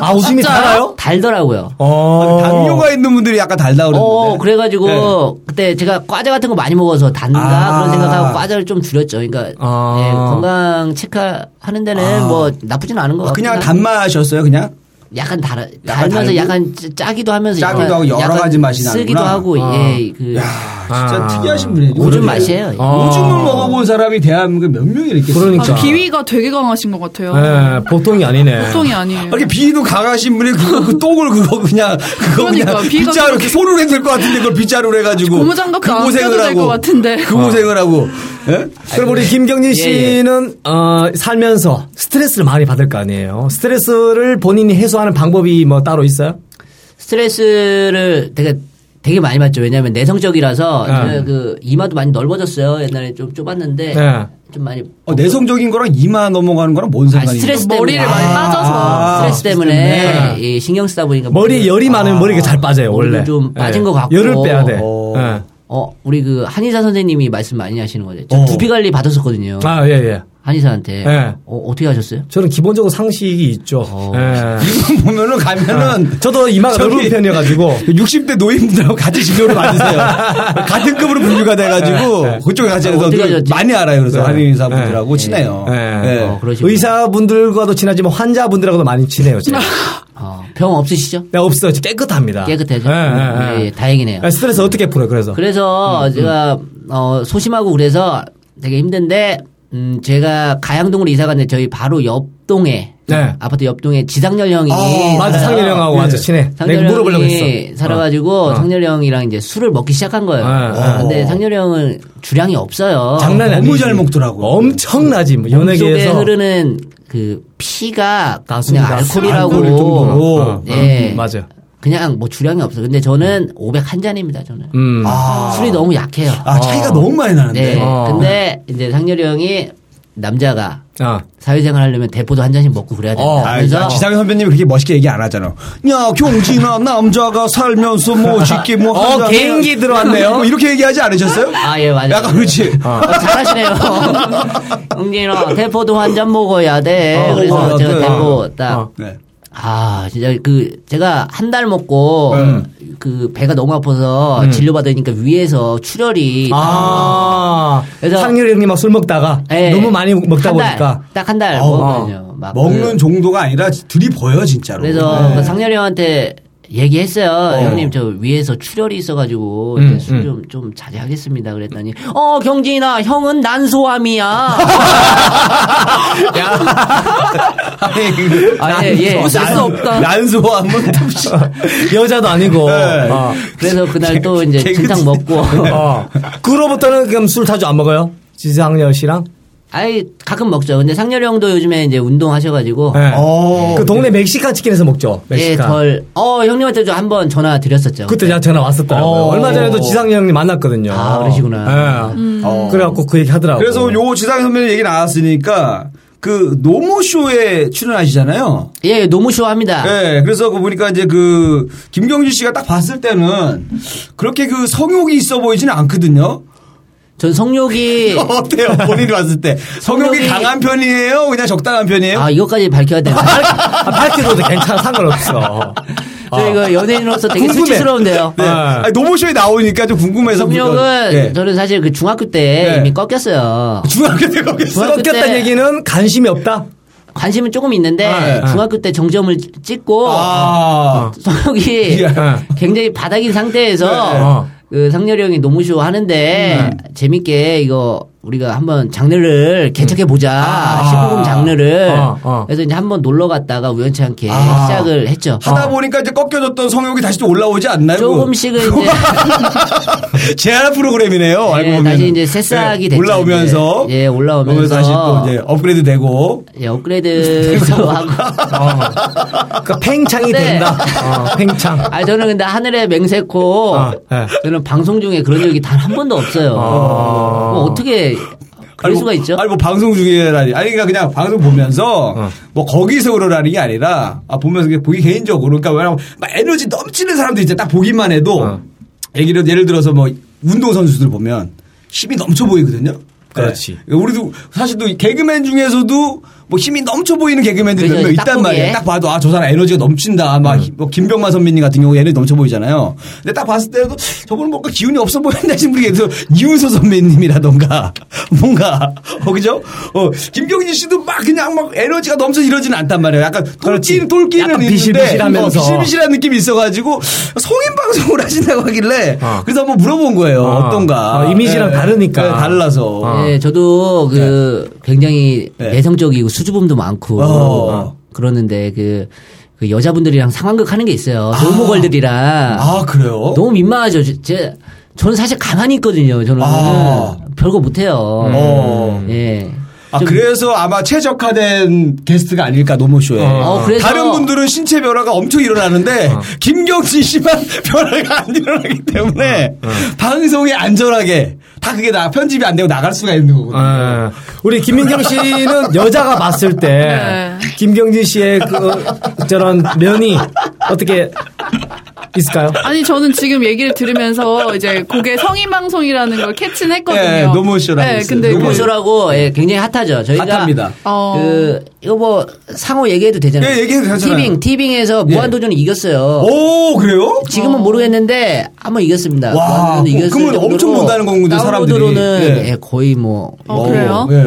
Speaker 2: 아, 오줌이 달아요?
Speaker 4: 달더라고요.
Speaker 2: 어.
Speaker 5: 당뇨가 있는 분들이 약간 달다 그러는데. 네.
Speaker 4: 어, 그래가지고 그때 제가 과자 같은 거 많이 먹어서 단가
Speaker 5: 아.
Speaker 4: 그런 생각하고 과자를 좀 줄였죠. 그러니까
Speaker 2: 아.
Speaker 4: 예, 건강 체크하는 데는 뭐 나쁘진 않은 것 같아요.
Speaker 5: 아. 그냥 단맛이었어요, 그냥.
Speaker 4: 약간 달아,
Speaker 5: 약간
Speaker 4: 달면서
Speaker 5: 달고?
Speaker 4: 약간 짜- 짜기도 하면서
Speaker 5: 짜기도
Speaker 4: 약간-
Speaker 5: 하고 여러
Speaker 4: 약간
Speaker 5: 가지 맛이 나는구나.
Speaker 4: 쓰기도
Speaker 5: 아.
Speaker 4: 하고 예, 그
Speaker 5: 야, 진짜
Speaker 2: 아.
Speaker 5: 특이하신 분이에요.
Speaker 4: 오줌 맛이에요.
Speaker 2: 아.
Speaker 5: 오줌을 먹어본 사람이 대한민국에 몇 명이 있겠어요?
Speaker 2: 그러니까.
Speaker 3: 아, 비위가 되게 강하신 것 같아요.
Speaker 2: 예, 보통이 아니네.
Speaker 3: 보통이 아니에요.
Speaker 5: 이렇게 비도 강하신 분이 그거 그 똥을 그거 그냥 그거 그
Speaker 3: 그러니까,
Speaker 5: 냥
Speaker 3: 비가
Speaker 5: 빗자루 이렇게
Speaker 3: 그렇게-
Speaker 5: 손으로 해도 될 것 같은데 그걸 빗자루로 해가지고
Speaker 3: 고무장갑도 안 껴도 될것 같은데.
Speaker 5: 그 고생을 하고 예?
Speaker 2: 그럼 우리 김경진
Speaker 4: 예,
Speaker 2: 씨는 어, 살면서 스트레스를 많이 받을 거 아니에요. 스트레스를 본인이 해소하는 방법이 뭐 따로 있어요?
Speaker 4: 스트레스를 되게 되게 많이 받죠. 왜냐하면 내성적이라서
Speaker 2: 네.
Speaker 4: 제가 그 이마도 많이 넓어졌어요. 옛날에 좀 좁았는데
Speaker 2: 네.
Speaker 4: 좀 많이
Speaker 5: 어, 내성적인 거랑 이마 넘어가는 거랑 뭔
Speaker 4: 아,
Speaker 5: 상관이
Speaker 4: 스트레스 때문에
Speaker 3: 머리를 많이 빠져서
Speaker 5: 아,
Speaker 4: 스트레스 때문에 이 신경 쓰다 보니까
Speaker 2: 머리에 열이 많으면 머리가 잘 빠져요,
Speaker 4: 머리도
Speaker 2: 원래.
Speaker 4: 좀 빠진
Speaker 2: 예.
Speaker 4: 것 같고.
Speaker 2: 열을 빼야 돼.
Speaker 5: 어.
Speaker 2: 예.
Speaker 4: 어, 우리 그 한의사 선생님이 말씀 많이 하시는 거죠. 저
Speaker 2: 어.
Speaker 4: 두피 관리 받았었거든요.
Speaker 2: 아, 예, 예.
Speaker 4: 한의사한테.
Speaker 2: 네.
Speaker 4: 어, 어떻게 하셨어요?
Speaker 2: 저는 기본적으로 상식이 있죠.
Speaker 5: 어.
Speaker 2: 예.
Speaker 5: 이분 보면은 가면은
Speaker 2: 저도 이마가
Speaker 5: 저기-
Speaker 2: 넓은
Speaker 5: *laughs*
Speaker 2: 편이어가지고.
Speaker 5: 60대 노인분들하고 같이 진료를 받으세요. 같은 급으로 분류가 돼가지고 그쪽에 같이 해서
Speaker 4: 어떻게
Speaker 5: 늘
Speaker 4: 하셨지?
Speaker 5: 많이 알아요. 그래서
Speaker 2: 네.
Speaker 5: 한의사분들하고 친해요.
Speaker 2: 예.
Speaker 5: 네.
Speaker 4: 어, 그러시고.
Speaker 2: 의사분들과도 친하지만 환자분들하고도 많이 친해요. 제가.
Speaker 4: 어, 병 없으시죠?
Speaker 2: 네, 없어요. 깨끗합니다.
Speaker 4: 깨끗해져.
Speaker 2: 예, 예, 예.
Speaker 4: 예, 예, 다행이네요.
Speaker 2: 예, 음, 스트레스 어떻게 풀어요? 그래서.
Speaker 4: 그래서 제가 어, 소심하고 그래서 되게 힘든데 음, 제가 가양동으로 이사 갔는데 저희 바로 옆동에
Speaker 2: 네.
Speaker 4: 아파트 옆동에 지상열 형이
Speaker 2: 맞아
Speaker 4: 살아요.
Speaker 2: 상렬 형하고 맞아 친해. 내가 물어보려고 했어.
Speaker 4: 상렬형이 살아가지고
Speaker 2: 어.
Speaker 4: 상렬 형이랑 이제 술을 먹기 시작한 거예요.
Speaker 2: 네.
Speaker 4: 근데 상렬 형은 주량이 없어요.
Speaker 2: 장난 이 아니지.
Speaker 5: 너무 잘 먹더라고.
Speaker 2: 엄청나지 뭐
Speaker 4: 속에
Speaker 2: 연예계에서.
Speaker 4: 흐르는 그 피가
Speaker 2: 맞습니다.
Speaker 4: 그냥
Speaker 2: 알코올 정도로.
Speaker 4: 알코올이라고
Speaker 2: 어,
Speaker 4: 예.
Speaker 2: 음, 맞아요.
Speaker 4: 그냥 뭐 주량이 없어. 근데 저는 500 한 잔입니다. 저는
Speaker 2: 음.
Speaker 4: 술이 너무 약해요.
Speaker 5: 아 차이가 너무 많이 나는데.
Speaker 4: 네.
Speaker 2: 어.
Speaker 4: 근데 이제 상렬이 형이 남자가
Speaker 2: 아.
Speaker 4: 사회생활 하려면 대포도 한 잔씩 먹고 그래야 된다.
Speaker 2: 어,
Speaker 5: 아,
Speaker 4: 어, 그래서
Speaker 5: 지상현 선배님이 그렇게 멋있게 얘기 안 하잖아. 야, 경진아, 남자가 살면서 뭐, 짓게 뭐.
Speaker 2: 어,
Speaker 5: 한다며.
Speaker 2: 개인기 들어왔네요.
Speaker 5: 뭐 이렇게 얘기하지 않으셨어요?
Speaker 4: 아, 예, 맞아요.
Speaker 5: 약간 그렇지.
Speaker 4: 어,
Speaker 2: *laughs*
Speaker 4: 잘하시네요. *laughs* 응진아, 대포도 한 잔 먹어야 돼.
Speaker 2: 어,
Speaker 4: 그래서
Speaker 2: 어,
Speaker 4: 제가
Speaker 2: 네.
Speaker 4: 대포 딱.
Speaker 2: 어.
Speaker 5: 네.
Speaker 4: 아, 진짜 그 제가 한 달 먹고
Speaker 2: 음.
Speaker 4: 그 배가 너무 아파서 진료받으니까 위에서 출혈이
Speaker 2: 아.
Speaker 4: 그래서-
Speaker 2: 상렬 형님 막 술 먹다가
Speaker 4: 예.
Speaker 2: 너무 많이 먹다
Speaker 4: 한 달,
Speaker 2: 보니까.
Speaker 4: 딱 한 달
Speaker 5: 어,
Speaker 4: 네, 먹거든요. 막
Speaker 5: 먹는
Speaker 4: 그-
Speaker 5: 정도가 아니라 들이보여, 진짜로.
Speaker 4: 그래서
Speaker 5: 네.
Speaker 4: 그 상렬이 형한테 얘기했어요. 형님 저 위에서 출혈이 있어가지고
Speaker 2: 음,
Speaker 4: 술 좀 좀 자제하겠습니다. 그랬더니 어 경진아 형은
Speaker 2: *laughs*
Speaker 4: 난소암이야. 아, 예, 예.
Speaker 3: 어쩔 수 없다.
Speaker 5: 난소하면
Speaker 2: *laughs* 여자도 아니고.
Speaker 5: 네.
Speaker 2: 어.
Speaker 4: 그래서 그날 또 이제
Speaker 5: 개그
Speaker 4: 진탕 먹고.
Speaker 2: *laughs* 어. 그로부터는 그럼 술 자주 안 먹어요? 지상렬 씨랑?
Speaker 4: 아이 가끔 먹죠. 근데 상렬이 형도 요즘에 이제 운동하셔가지고
Speaker 2: 예.
Speaker 5: 어.
Speaker 2: 그 동네 멕시칸 치킨에서 먹죠.
Speaker 4: 예,
Speaker 2: 멕시칸.
Speaker 4: 덜. 어, 형님한테 도 한번 전화 드렸었죠.
Speaker 2: 그때 제가 전화 왔었더라고요.
Speaker 5: 어.
Speaker 2: 얼마 전에도 지상렬 형님 만났거든요.
Speaker 4: 아, 그러시구나.
Speaker 2: 예. 그래갖고 그 얘기 하더라고요.
Speaker 4: 어.
Speaker 5: 그래서 요 지상 선배님 얘기 나왔으니까 그 노모쇼에 출연하시잖아요.
Speaker 4: 예, 노무쇼 합니다.
Speaker 5: 네, 그래서 그 보니까 이제 그 김경진 씨가 딱 봤을 때는 그렇게 그 성욕이 있어 보이지는 않거든요. *laughs*
Speaker 4: 전 성욕이
Speaker 5: 어때요? 본인이 봤을 때 성욕이
Speaker 4: 성욕이-
Speaker 5: 강한 편이에요? 그냥 적당한 편이에요?
Speaker 4: 아 이것까지 밝혀야 되나?
Speaker 2: 아, 밝혀도 괜찮아 상관없어.
Speaker 4: *laughs* 저 이거 연예인으로서 되게
Speaker 2: 궁금해.
Speaker 4: 수치스러운데요.
Speaker 5: 네.
Speaker 2: 아.
Speaker 5: 아니, 노모쇼에 나오니까 좀 궁금해서 물어봤-
Speaker 4: 성욕은
Speaker 2: 예.
Speaker 5: 네.
Speaker 4: 저는 사실 그 중학교 때
Speaker 5: 네.
Speaker 4: 이미 꺾였어요.
Speaker 5: 중학교 때 거기서
Speaker 4: 중학교
Speaker 2: 꺾였다는
Speaker 4: 때-
Speaker 2: 얘기는 관심이 없다.
Speaker 4: 관심은 조금 있는데
Speaker 2: 아, 예.
Speaker 5: 네.
Speaker 4: 중학교 때 정점을 찍고
Speaker 5: 아,
Speaker 4: 성욕이
Speaker 5: 예.
Speaker 4: 굉장히 바닥인 상태에서
Speaker 5: 네. 음.
Speaker 2: 어.
Speaker 4: 그 상렬이 형이 노무쇼 하는데 재밌게 이거 우리가 한번 장르를 개척해 보자
Speaker 5: 아.
Speaker 4: 십오금 장르를
Speaker 2: 어, 어.
Speaker 4: 그래서 이제 한번 놀러 갔다가 우연치 않게
Speaker 5: 아.
Speaker 4: 시작을 했죠.
Speaker 5: 하다 보니까 이제 꺾여졌던 성욕이 다시 또 올라오지 않나요? 그 *laughs*
Speaker 4: 조금씩은 이제
Speaker 5: 제한 프로그램이네요. 알고
Speaker 4: 예,
Speaker 5: 보면 네,
Speaker 4: 다시 이제 새싹이 됐죠,
Speaker 5: 올라오면서
Speaker 4: 이제. 예, 올라오면서.
Speaker 5: 그러면서 다시 또 이제 업그레이드 되고
Speaker 4: 예, 업그레이드
Speaker 5: *laughs*
Speaker 4: 하고.
Speaker 2: 어. 그러니까 팽창이
Speaker 4: 네.
Speaker 2: 된다. 어, 팽창.
Speaker 4: 아 저는 근데 하늘에 맹세코
Speaker 2: 아,
Speaker 5: 예.
Speaker 2: 네.
Speaker 4: 저는 방송 중에 그런 적이 단 한 번도 없어요. 뭐 어떻게 그럴
Speaker 5: 아. 아니,
Speaker 4: 수가
Speaker 5: 뭐,
Speaker 4: 있죠?
Speaker 5: 아니 뭐 방송 중이라니 아니 그러니까 그냥 방송 보면서
Speaker 2: 어.
Speaker 5: 뭐 거기서 그러라는 게 아니라 아 보면서 그냥 보기 개인적으로 그러니까 왜냐면 막 에너지 넘치는 사람들 있잖아 딱 보기만 해도
Speaker 2: 어.
Speaker 5: 얘기를 예를 들어서 뭐 운동 선수들 보면 힘이 넘쳐 보이거든요.
Speaker 2: 그렇지.
Speaker 5: 네. 우리도 사실 또 개그맨 중에서도 뭐 힘이 넘쳐 보이는 개그맨들이
Speaker 4: 그죠,
Speaker 5: 몇 명
Speaker 4: 딱
Speaker 5: 있단
Speaker 4: 보기에.
Speaker 5: 말이에요. 딱 봐도 아 저 사람 에너지가 넘친다. 막
Speaker 2: 음.
Speaker 5: 뭐 김병만 선배님 같은 경우 에너지 넘쳐 보이잖아요. 근데 딱 봤을 때도 저분은 뭔가 기운이 없어 보인다 싶은 게 그래서 이윤서 선배님이라던가 *laughs* 뭔가 어 그죠? 어 김경진 씨도 막 그냥 막 에너지가 넘쳐 이러지는 않단 말이에요. 약간 똘끼는 똘끼는
Speaker 2: 약간
Speaker 5: 있는데
Speaker 2: 비실비실하면서.
Speaker 5: 어, 비실비실한 느낌이 있어가지고 성인 방송을 *laughs* 하신다고 하길래 그래서 한번 물어본 거예요.
Speaker 2: 어.
Speaker 5: 어. 떤가 네.
Speaker 2: 어, 아. 이미지랑 다르니까.
Speaker 5: 달라서
Speaker 2: 어.
Speaker 4: 예, 저도 그 굉장히
Speaker 5: 아. 네.
Speaker 4: 내성적이고 수줍음도 많고
Speaker 5: 어.
Speaker 4: 그러는데 그, 그 여자분들이랑 상황극 하는 게 있어요. 돌모걸들이랑
Speaker 5: 아 그래요?
Speaker 4: 너무 민망하죠. 제- 제 저는 사실 가만히 있거든요. 저는
Speaker 5: 아.
Speaker 4: 별거 못해요.
Speaker 5: 어.
Speaker 4: 예.
Speaker 5: 아,
Speaker 4: 좀
Speaker 5: 그래서 아마 최적화된 게스트가 아닐까, 노모쇼에.
Speaker 4: 어, 그래서-
Speaker 5: 다른 분들은 신체 변화가 엄청 일어나는데, 김경진 씨만 *laughs* 변화가 안 일어나기 때문에, 방송에 안전하게, 다 그게 나, 편집이 안 되고 나갈 수가 있는 거거든요.
Speaker 2: 예. 우리 김민경 씨는 여자가 봤을 때
Speaker 3: 네.
Speaker 2: 김경진 씨의 그 저런 면이 어떻게 있을까요?
Speaker 3: 아니 저는 지금 얘기를 들으면서 이제 곡의 성인 방송이라는 걸 캐치는 했거든요.
Speaker 5: 예, 노모쇼라고
Speaker 3: 네,
Speaker 5: 있어요.
Speaker 3: 근데 그-
Speaker 4: 쇼라고 예, 굉장히 핫하죠. 저희가
Speaker 5: 뭐 핫합니다.
Speaker 3: 어.
Speaker 4: 그 이거 뭐 상호 얘기해도 되잖아요.
Speaker 5: 예, 얘기해도 되잖아요. 예.
Speaker 4: 티빙 티빙에서 무한도전을 이겼어요.
Speaker 5: 오 그래요?
Speaker 4: 지금은 모르겠는데 한번 이겼습니다.
Speaker 5: 어. 와,
Speaker 4: 무한도전 이겼을
Speaker 5: 그러면
Speaker 4: 정도로
Speaker 5: 엄청 본다는 건데, 사람들이.
Speaker 4: 다운로드로는
Speaker 5: 예.
Speaker 4: 예, 거의 뭐
Speaker 3: 어, 그래요?
Speaker 5: 예.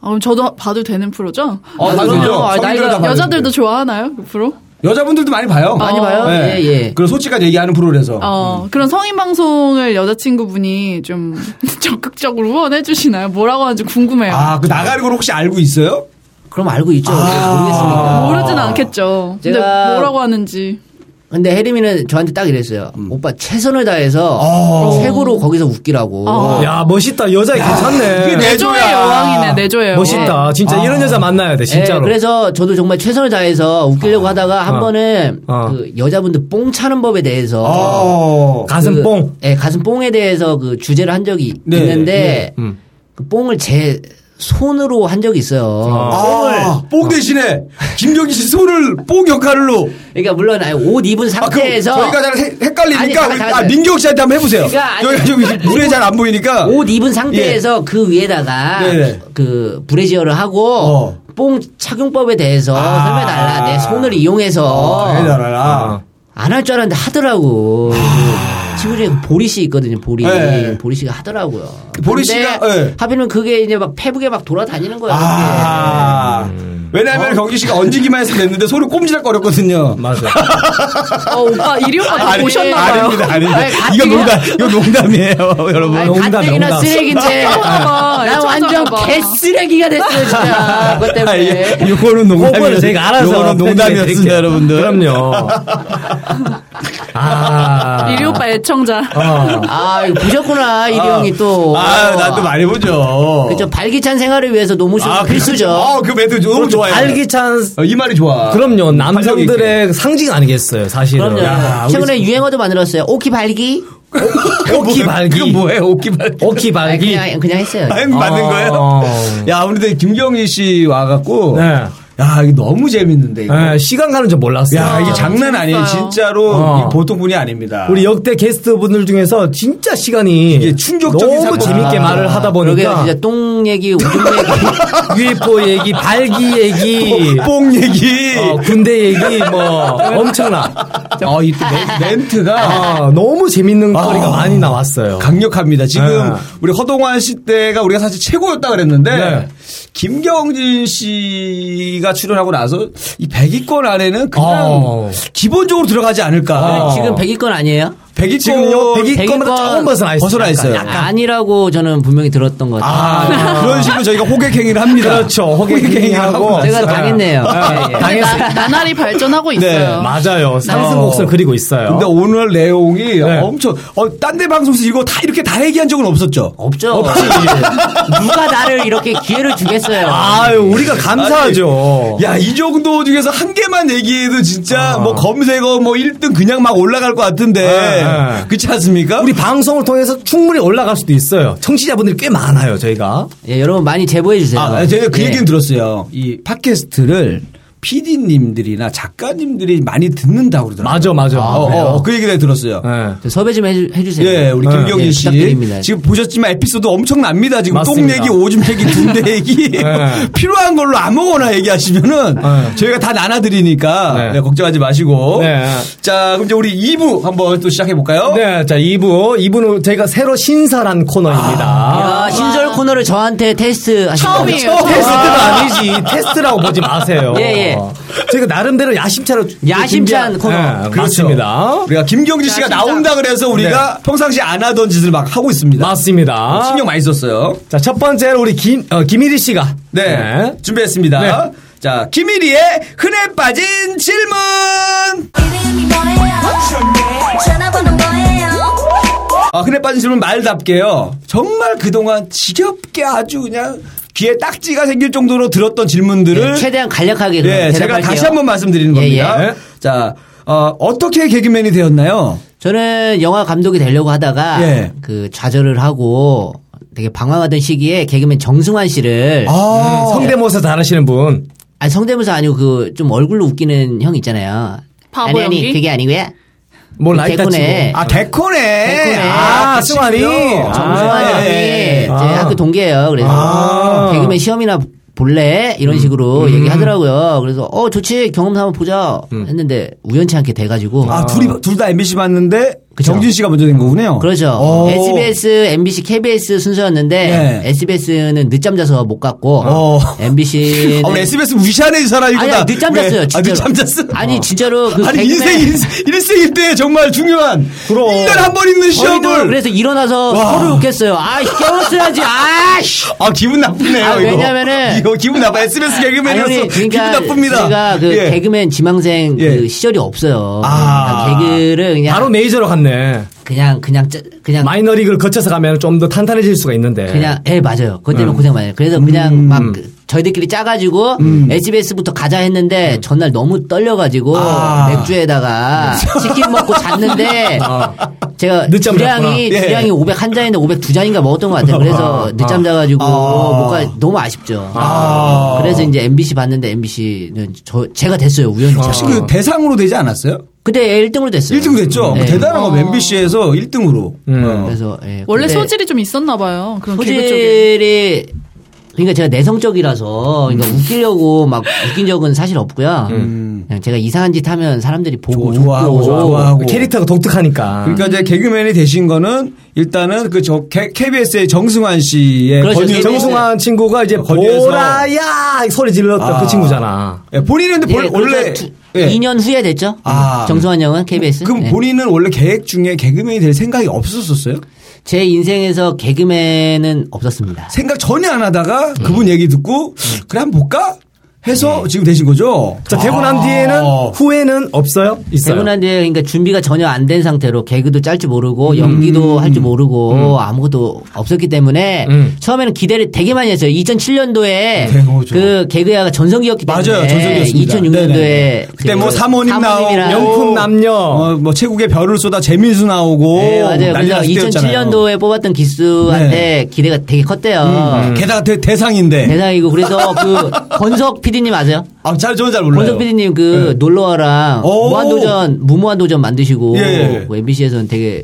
Speaker 3: 아, 그럼 저도 봐도 되는 프로죠?
Speaker 5: 어,
Speaker 4: 아,
Speaker 5: 맞아요.
Speaker 4: 그럼요. 아,
Speaker 5: 성인들
Speaker 4: 나이가-
Speaker 5: 다 봐요,
Speaker 3: 여자들도 좋아하나요 그 프로?
Speaker 5: 지금. 여자분들도 많이 봐요.
Speaker 4: 많이 봐요.
Speaker 5: 예.
Speaker 4: 예, 예.
Speaker 5: 그런 솔직하게 얘기하는 프로라서.
Speaker 3: 어 그런 성인 방송을 여자친구분이 좀 *laughs* 적극적으로 후원해 주시나요? 뭐라고 하는지 궁금해요.
Speaker 5: 아, 그 나가는 걸 혹시 알고 있어요?
Speaker 4: 그럼 알고
Speaker 5: 아.
Speaker 4: 있죠. 예, 모르겠습니까?
Speaker 3: 모르진 않겠죠. 근데
Speaker 4: 제가-
Speaker 3: 뭐라고 하는지.
Speaker 4: 근데 혜림이는 저한테 딱 이랬어요.
Speaker 5: 음.
Speaker 4: 오빠 최선을 다해서
Speaker 5: 어.
Speaker 4: 최고로 거기서 웃기라고.
Speaker 3: 어.
Speaker 2: 야, 멋있다. 여자 괜찮네.
Speaker 3: 내조의 여왕이네, 내조의 여왕.
Speaker 2: 멋있다. 진짜 이런 여자 만나야 돼, 진짜로.
Speaker 4: 아. 예, 그래서 저도 정말 최선을 다해서 웃기려고 하다가 한
Speaker 2: 아.
Speaker 4: 번은
Speaker 2: 아.
Speaker 4: 그 여자분들 뽕 차는 법에 대해서
Speaker 5: 어.
Speaker 2: 가슴
Speaker 4: 그-
Speaker 2: 뽕.
Speaker 4: 예, 가슴 뽕에 대해서 그 주제를 한 적이
Speaker 5: 네,
Speaker 4: 있는데
Speaker 2: 음.
Speaker 4: 그 뽕을 제 손으로 한 적이 있어요.
Speaker 5: 아, 뽕 대신에 김경희 씨 손을 뽕 역할로.
Speaker 4: 그러니까 물론 아예 옷 입은
Speaker 5: 아, 그
Speaker 4: 상태에서
Speaker 5: 저희가 잘 헷- 헷갈리니까
Speaker 4: 아니, 잠깐, 잠깐,
Speaker 5: 아,
Speaker 4: 잠깐.
Speaker 5: 민경 씨한테 한번 해보세요.
Speaker 4: 그러니까 아니-
Speaker 5: 여기 여기 물에 잘 안
Speaker 2: 아,
Speaker 5: 보이니까.
Speaker 4: 옷 입은
Speaker 5: 예.
Speaker 4: 상태에서 그 위에다가
Speaker 5: 네네.
Speaker 4: 그 브래지어를 하고
Speaker 5: 예. 어. 아.
Speaker 4: 뽕 착용법에 대해서 설명해달라 내 손을
Speaker 5: 어,
Speaker 2: 아.
Speaker 4: 이용해서
Speaker 5: 네, 해달라.
Speaker 4: 안 할 줄 알았는데 하더라고
Speaker 5: 아.
Speaker 4: 그 친구 중에 그 보리 씨 있거든요 보리
Speaker 5: 네.
Speaker 4: 보리 씨가 하더라고요
Speaker 5: 보리
Speaker 4: 근데
Speaker 5: 씨가, 네.
Speaker 4: 하필이면 그게 이제 막 페북에 막 돌아다니는 거예요
Speaker 5: 아.
Speaker 2: 어.
Speaker 5: 왜냐하면 경기 씨가 얹기만 해서 됐는데 소리 꼼지락거렸거든요.
Speaker 2: 맞아.
Speaker 3: 어, 오빠, 이리 오빠
Speaker 5: 아니,
Speaker 3: 보셨나봐요.
Speaker 5: 아닙니다, 아닙니다.
Speaker 4: 아니, 가-
Speaker 5: 이거
Speaker 4: *laughs* 이거-
Speaker 5: 농담, 이거 농담이에요, 어, 여러분.
Speaker 4: 아니,
Speaker 2: 농담,
Speaker 4: 가뜩이나
Speaker 2: 농담.
Speaker 4: 쓰레기인데
Speaker 3: 아, 쳐다봐,
Speaker 4: 나 완전
Speaker 3: 쳐다봐.
Speaker 4: 개쓰레기가 됐어요 진짜 그것
Speaker 5: 아,
Speaker 4: 때문에
Speaker 5: 예. 요거는
Speaker 2: 그거는
Speaker 5: 농담이었어요.
Speaker 2: 저희가 알아서.
Speaker 5: 요거는 농담이었습니다,
Speaker 2: 드릴게요.
Speaker 5: 여러분들. *laughs*
Speaker 2: 그럼요. 아.
Speaker 3: 이리 오빠 애청자.
Speaker 2: 어.
Speaker 4: 아 이거 보셨구나 이리 형이 또
Speaker 5: 아, 나도 많이 보죠.
Speaker 4: 그죠 발기찬 생활을 위해서 노무쇼
Speaker 5: 아,
Speaker 4: 는 필수죠.
Speaker 5: 어, 그 멘트 너무 좋아요.
Speaker 2: 알기찬
Speaker 5: 어, 이 말이 좋아.
Speaker 2: 그럼요.
Speaker 5: 활력 있게.
Speaker 2: 남성들의 상징 아니겠어요, 사실은.
Speaker 4: 그럼요.
Speaker 2: 야,
Speaker 4: 최근에 유행어도 만들었어요. 오키 발기.
Speaker 2: 오키 발기.
Speaker 5: 그건 뭐예요, 오키 발기.
Speaker 2: 오키
Speaker 4: 아,
Speaker 2: 발기.
Speaker 4: 그냥 그냥 했어요.
Speaker 5: 아니, 맞는
Speaker 2: 어.
Speaker 5: 거예요? 야, 우리 김경희 씨 와갖고.
Speaker 2: 네.
Speaker 5: 야, 이거 너무 재밌는데, 이거.
Speaker 2: 예, 시간 가는 줄 몰랐어요.
Speaker 5: 야, 이게 장난 아니에요.
Speaker 3: 재밌어요.
Speaker 5: 진짜로
Speaker 2: 어.
Speaker 5: 이 보통 분이 아닙니다.
Speaker 2: 우리 역대 게스트 분들 중에서 진짜 시간이
Speaker 5: 이게 충격적인
Speaker 2: 너무
Speaker 5: 사건.
Speaker 2: 재밌게
Speaker 5: 아.
Speaker 2: 말을 하다
Speaker 4: 그러게요.
Speaker 2: 보니까
Speaker 4: 진짜 똥 얘기, 우중 얘기.
Speaker 2: 유이포 얘기, 발기
Speaker 5: *laughs*
Speaker 2: 얘기,
Speaker 5: 뽕 얘기.
Speaker 2: 어, 군대 얘기 뭐 엄청나.
Speaker 5: 어, 이또 멘- 멘트가.
Speaker 2: 아, 너무 재밌는 거리가 많이 나왔어요.
Speaker 5: 강력합니다. 지금
Speaker 2: 네.
Speaker 5: 우리 허동환 씨 때가 우리가 사실 최고였다 그랬는데
Speaker 2: 네.
Speaker 5: 김경진 씨가 출연하고 나서 이 100위권 안에는 그냥
Speaker 2: 어.
Speaker 5: 기본적으로 들어가지 않을까.
Speaker 2: 어.
Speaker 4: 지금 100위권 아니에요?
Speaker 5: 100위권
Speaker 2: 지금요 100위권보다
Speaker 4: 100위권
Speaker 2: 조금 벗어나 있어요.
Speaker 5: 벗어나 있어요.
Speaker 2: 약간, 약간.
Speaker 4: 아니라고 저는 분명히 들었던 것 같아요.
Speaker 5: 아, 그런 식으로 저희가 호객행위를 합니다.
Speaker 2: 그렇죠.
Speaker 5: 아,
Speaker 2: 호객행위하고
Speaker 4: 제가 당했네요.
Speaker 3: 아,
Speaker 4: 예, 예.
Speaker 2: 당했어요.
Speaker 3: 나- 나날이 발전하고
Speaker 4: 네.
Speaker 3: 있어요.
Speaker 2: 맞아요. 상승
Speaker 5: 네, 어.
Speaker 2: 곡선 네. 그리고 있어요.
Speaker 5: 근데 오늘 내용이
Speaker 2: 네.
Speaker 5: 엄청 어, 딴 데 방송에서 이거 다 이렇게 다 얘기한 적은 없었죠.
Speaker 4: *laughs*
Speaker 5: 어,
Speaker 4: 없죠. 누가 나를 이렇게 기회를 주겠어요.
Speaker 2: 아유, 우리가 감사하죠.
Speaker 5: 야, 이 정도 중에서 한 개만 얘기해도 진짜 뭐 검색어 뭐 1등 그냥 막 올라갈 것 같은데.
Speaker 2: 네, 네.
Speaker 5: 그렇지 않습니까?
Speaker 2: 우리 방송을 통해서 충분히 올라갈 수도 있어요. 청취자분들이 꽤 많아요, 저희가.
Speaker 4: 예, 여러분 많이 제보해 주세요.
Speaker 5: 아, 제가 그
Speaker 4: 예.
Speaker 5: 얘기는 들었어요. 이 팟캐스트를 PD님들이나 작가님들이 많이 듣는다고 그러더라고요.
Speaker 2: 맞아, 맞아.
Speaker 5: 어, 어,
Speaker 2: 그래요.
Speaker 5: 어, 그 얘기를 들었어요.
Speaker 2: 예.
Speaker 4: 저 섭외 좀 해주, 해주세요.
Speaker 5: 예, 우리 김경희
Speaker 4: 예,
Speaker 5: 씨.
Speaker 4: 부탁드립니다.
Speaker 5: 지금 보셨지만 에피소드 엄청납니다. 지금 똥
Speaker 2: 맞습니다.
Speaker 5: 얘기, 오줌 얘기,
Speaker 2: *laughs*
Speaker 5: 군대 얘기.
Speaker 2: 네.
Speaker 5: 필요한 걸로 아무거나 얘기하시면은
Speaker 2: 네.
Speaker 5: 저희가 다 나눠드리니까
Speaker 2: 네.
Speaker 5: 네, 걱정하지 마시고.
Speaker 2: 네.
Speaker 5: 자, 그럼 이제 우리 2부 한번 또 시작해볼까요?
Speaker 2: 네, 자, 2부. 2부는 저희가 새로 신설한
Speaker 5: 아,
Speaker 2: 코너입니다.
Speaker 4: 아, 야, 신설 코너를 저한테 테스트 하신 거죠?
Speaker 5: 네.
Speaker 3: 처음이에요.
Speaker 2: 테스트는 아니지. 테스트라고 보지 마세요.
Speaker 4: 예, 예.
Speaker 2: 저희가 나름대로 야심차로.
Speaker 4: 야심찬
Speaker 2: 준비한-
Speaker 4: 코너.
Speaker 2: 예,
Speaker 5: 그렇죠.
Speaker 2: 맞습니다. 네.
Speaker 5: 우리가 김경진 씨가
Speaker 3: 진짜.
Speaker 5: 나온다 그래서 우리가 평상시 안 하던 짓을 막 하고 있습니다.
Speaker 2: 맞습니다.
Speaker 5: 신경 많이 썼어요.
Speaker 2: 자, 첫 번째로 우리 김, 어, 김일희 씨가.
Speaker 5: 네. 준비했습니다.
Speaker 2: 네.
Speaker 5: 자, 김일희의 흔해 빠진 질문!
Speaker 6: 이름이 뭐예요? 전화번호 뭐예요?
Speaker 5: 아, 흔해 빠진 질문 말답게요. 정말 그동안 지겹게 아주 그냥 귀에 딱지가 생길 정도로 들었던 질문들을.
Speaker 4: 네, 최대한 간략하게 그럼
Speaker 5: 예, 네. 제가
Speaker 4: 대답할게요.
Speaker 5: 다시 한번 말씀드리는 겁니다.
Speaker 4: 예, 예.
Speaker 5: 자, 어, 떻게 개그맨이 되었나요?
Speaker 4: 저는 영화 감독이 되려고 하다가
Speaker 5: 예.
Speaker 4: 그 좌절을 하고 되게 방황하던 시기에 개그맨 정승환 씨를
Speaker 5: 아,
Speaker 2: 성대모사 잘하시는 분.
Speaker 4: 아니 성대모사 아니고 그 좀 얼굴로 웃기는 형 있잖아요.
Speaker 3: 바보
Speaker 4: 아니 아니
Speaker 3: 연기?
Speaker 4: 그게 아니고요.
Speaker 2: 뭐
Speaker 4: 그
Speaker 2: 라이터
Speaker 4: 데코네.
Speaker 2: 치고.
Speaker 5: 아, 데코네.
Speaker 4: 데코네.
Speaker 5: 아, 승환이.
Speaker 2: 아,
Speaker 4: 정승환이
Speaker 5: 예, 예, 예.
Speaker 4: 제 학교 동기예요. 그래서
Speaker 2: 아.
Speaker 4: 개그맨 시험이나 볼래
Speaker 5: 음,
Speaker 4: 이런 식으로 얘기하더라고요. 그래서 어 좋지 경험 삼아 보자 했는데 우연치 않게 돼가지고
Speaker 5: 음. 아, 둘이, 둘 다 MBC 봤는데, 정진 씨가 먼저 된 거군요.
Speaker 4: 그렇죠.
Speaker 5: 오.
Speaker 4: SBS, MBC, KBS 순서였는데
Speaker 5: 예.
Speaker 4: SBS는 늦잠 자서 못 갔고
Speaker 5: 어. *laughs*
Speaker 4: MBC는
Speaker 5: 아, 우리 SBS 무시하네, 이 사람. 이거
Speaker 4: 아니,
Speaker 5: 다.
Speaker 4: 아니 늦잠
Speaker 5: 왜?
Speaker 4: 잤어요. 진짜로.
Speaker 5: 아, 늦잠 잤어.
Speaker 4: 아니 진짜로 그
Speaker 5: 아니,
Speaker 4: 개그맨-
Speaker 5: 인생, 인생, 일생인데 정말 중요한.
Speaker 2: 그럼.
Speaker 5: 1년에 한 번 있는
Speaker 4: 저희도
Speaker 5: 시험을.
Speaker 4: 그래서 일어나서 서로 욕했어요. 아, 깨웠어야지. 아, 씨.
Speaker 5: 아, 기분 나쁘네요,
Speaker 4: 아,
Speaker 5: 이거.
Speaker 4: 왜냐면은-
Speaker 5: 이거 기분 나빠. SBS *laughs* 개그맨이었어.
Speaker 4: 아니, 그러니까
Speaker 5: 기분 나쁩니다.
Speaker 4: 제가 그
Speaker 5: 예.
Speaker 4: 개그맨 지망생
Speaker 5: 예.
Speaker 4: 그 시절이 없어요.
Speaker 5: 아.
Speaker 4: 그냥 개그를 그냥
Speaker 2: 바로 메이저로 갔네.
Speaker 4: 그냥 그냥 짜- 그냥
Speaker 2: 마이너리그를 거쳐서 가면 좀 더 탄탄해질 수가 있는데.
Speaker 4: 그냥 예 맞아요. 그것
Speaker 5: 음.
Speaker 4: 때문에 고생 많이. 해요. 그래서 그냥 막그 저희들끼리 짜가지고
Speaker 5: 음.
Speaker 4: SBS부터 가자 했는데 전날 너무 떨려가지고
Speaker 5: 아.
Speaker 4: 맥주에다가 치킨 먹고
Speaker 5: *laughs*
Speaker 4: 잤는데 제가
Speaker 2: 늦잠
Speaker 4: 주량이
Speaker 5: 어. 잤구나. 예.
Speaker 4: 주량이 500 한 잔인데 502 잔인가 먹었던 것 같아요. 그래서 늦잠 자가지고
Speaker 5: 아.
Speaker 4: 뭔가 너무 아쉽죠. 그래서 이제 MBC 봤는데 MBC는 저 제가 됐어요 우연히.
Speaker 5: 혹시 그 대상으로 되지 않았어요?
Speaker 4: 그때 1등으로 됐어요.
Speaker 5: 1등 됐죠? 그
Speaker 4: 네.
Speaker 5: 대단한 거 MBC에서 1등으로. 어.
Speaker 4: 그래서 예,
Speaker 3: 원래
Speaker 2: 네.
Speaker 4: 근데
Speaker 3: 소질이 좀 있었나 봐요. 그런 개그 쪽에.
Speaker 4: 소질이 음, 그러니까 제가 내성적이라서 그러니까
Speaker 5: 음.
Speaker 4: 웃기려고 막 웃긴 적은 사실 없고요. 그냥 제가 이상한 짓 하면 사람들이 보고
Speaker 5: 좋아하고,
Speaker 4: 웃고
Speaker 5: 좋아하고.
Speaker 2: 그 캐릭터가 독특하니까.
Speaker 5: 그러니까 이제 개그맨이 되신 거는 일단은 그 저 KBS의 정승환 씨의
Speaker 4: 그렇죠.
Speaker 5: 권유-
Speaker 4: KBS.
Speaker 2: 정승환 친구가 이제
Speaker 5: 거기에서-
Speaker 2: 보라야 소리 질렀던
Speaker 5: 아.
Speaker 2: 그 친구잖아.
Speaker 5: 예, 본인은 근데
Speaker 4: 예,
Speaker 5: 본-
Speaker 4: 그래서
Speaker 5: 원래
Speaker 4: 두-
Speaker 5: 예.
Speaker 4: 2년 후에 됐죠.
Speaker 5: 아.
Speaker 4: 정승환 형은 KBS.
Speaker 5: 그럼
Speaker 4: 예.
Speaker 5: 본인은 원래 계획 중에 개그맨이 될 생각이 없었었어요?
Speaker 4: 제 인생에서 개그맨은 없었습니다.
Speaker 5: 생각 전혀 안 하다가 그분 얘기 듣고 그래 한번 볼까 해서 지금 되신 거죠?
Speaker 2: 자, 되고 난
Speaker 5: 네. 아.
Speaker 2: 뒤에는 후회는 없어요? 있어요.
Speaker 4: 대본한 뒤에 그러니까 준비가 전혀 안 된 상태로 개그도 짤 줄
Speaker 5: 음.
Speaker 4: 모르고 연기도 할 줄 모르고 아무것도 없었기 때문에
Speaker 2: 음.
Speaker 4: 처음에는 기대를 되게 많이 했어요. 2007년도에
Speaker 5: 대거죠.
Speaker 4: 그 개그야가 전성기였기 때문에
Speaker 5: 네, 맞아요. 전성기였습니다.
Speaker 4: 2006년도에
Speaker 5: 네네. 그때 뭐 사모님 나오고
Speaker 2: 명품 남녀.
Speaker 5: 어, 뭐 최국의 별을 쏟아 재민수 나오고
Speaker 4: 네, 맞아요.
Speaker 5: 난리
Speaker 4: 그래서
Speaker 5: 났을 때였잖아요. 네.
Speaker 4: 2007년도에 뽑았던 기수한테 기대가 되게 컸대요.
Speaker 5: 게다가 대, 대상인데
Speaker 4: 대상이고 그래서 그 권석 PD님 아세요?
Speaker 5: 아, 잘, 저는 잘 몰라요. 네.
Speaker 4: 권석 PD님 그 놀러와랑
Speaker 5: 오.
Speaker 4: 무한도전 무모한도전 만드시고 뭐
Speaker 5: 예.
Speaker 4: MBC에서는 되게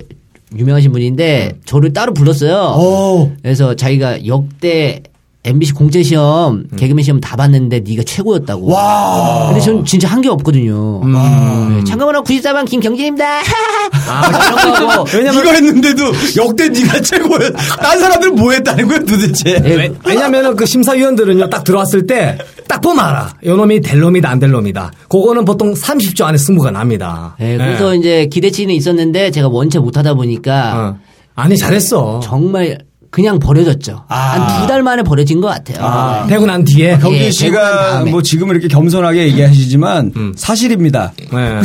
Speaker 4: 유명하신 분인데 저를 따로 불렀어요.
Speaker 5: 오.
Speaker 4: 그래서 자기가 역대 MBC 공채 시험, 개그맨 시험 다 봤는데 네가 최고였다고.
Speaker 5: 음. 와. 음.
Speaker 4: 근데 저는 진짜 한 게 없거든요. 네, 참가번호 94번 김경진입니다.
Speaker 2: 아,
Speaker 4: 이런 거고.
Speaker 5: 왜냐면 *laughs* 이거 했는데도 역대 네가 최고야. 딴 사람들은 뭐 했다는 거야 도대체.
Speaker 4: 예,
Speaker 2: 왜냐면은 그 심사위원들은요, 딱 들어왔을 때, 딱 보면 알아. 요 놈이 될 놈이다, 안 될 놈이다. 그거는 보통 30초 안에 승부가 납니다.
Speaker 5: 네.
Speaker 4: 예, 그래서
Speaker 2: 예.
Speaker 4: 이제 기대치는 있었는데 제가 원체 못하다 보니까
Speaker 2: 어. 아니, 잘했어.
Speaker 4: 정말 그냥 버려졌죠.
Speaker 5: 아.
Speaker 4: 한 두 달 만에 버려진 것 같아요.
Speaker 2: 되고 난 뒤에.
Speaker 4: 예,
Speaker 5: 경진
Speaker 4: 개그맨
Speaker 5: 씨가
Speaker 4: 다음에.
Speaker 5: 뭐 지금 이렇게 겸손하게 얘기하시지만 사실입니다.
Speaker 2: 네.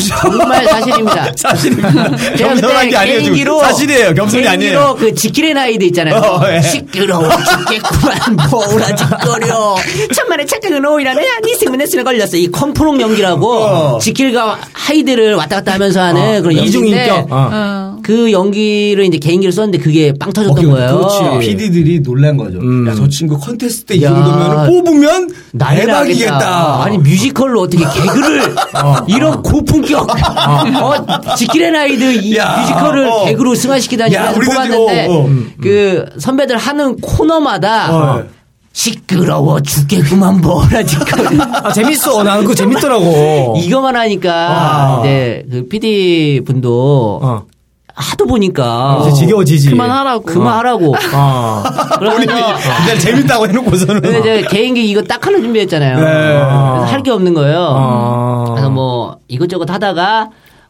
Speaker 5: *laughs*
Speaker 4: 정말 사실입니다. *laughs*
Speaker 5: 사실입니다.
Speaker 4: 제가
Speaker 5: 겸손한
Speaker 4: 그때
Speaker 5: 게 아니에요. 지금.
Speaker 4: 개인기로
Speaker 5: 사실이에요. 겸손이
Speaker 4: 개인기로
Speaker 5: 아니에요.
Speaker 4: 그 지킬의 나이드 있잖아요.
Speaker 5: 어, 예. *laughs*
Speaker 4: 시끄러워 죽겠구만 보라짓거려. 천만의 착각은 오이라네. 네 생명에쓰는 걸렸어. 이 컴프롱 연기라고
Speaker 5: 어.
Speaker 4: 지킬과 하이드를 왔다 갔다 하면서 하는 그런 연기인데
Speaker 2: 이중인격. 어.
Speaker 3: 어.
Speaker 4: 그 연기를 이제 개인기로 썼는데 그게 빵 터졌던 거예요.
Speaker 5: 어, 그렇지. PD들이 놀란 거죠. 야, 저 친구 컨테스트 때 이
Speaker 4: 야.
Speaker 5: 정도면 뽑으면
Speaker 4: 난리
Speaker 5: 대박이겠다.
Speaker 4: 나겠다. 아니 뮤지컬로 어떻게 개그를 이런 고품격 어, 지킬의 나이드 이
Speaker 5: 야,
Speaker 4: 뮤지컬을
Speaker 5: 어.
Speaker 4: 개그로 승화시키다니
Speaker 5: 야,
Speaker 4: 그래서
Speaker 5: 우리도
Speaker 4: 뽑았는데
Speaker 5: 지금, 어, 어.
Speaker 4: 그 선배들 하는 코너마다
Speaker 5: 어.
Speaker 4: 시끄러워 죽겠구만 뭐라 지금
Speaker 2: 아, 재밌어. 나는 그거 재밌더라고.
Speaker 4: 이거만 하니까 이제 그 PD 분도
Speaker 2: 어.
Speaker 4: 하도 보니까
Speaker 2: 이제 지겨워지지.
Speaker 3: 그만하라고.
Speaker 4: 그만하라고
Speaker 2: 어.
Speaker 4: 그러면서
Speaker 5: 그냥 재밌다고 해놓고서는
Speaker 4: 근데 제가 개인기 이거 딱 하나 준비했잖아요. 그래서 할 게 없는 거예요.
Speaker 2: 아.
Speaker 4: 그래서 뭐 이것저것 하다가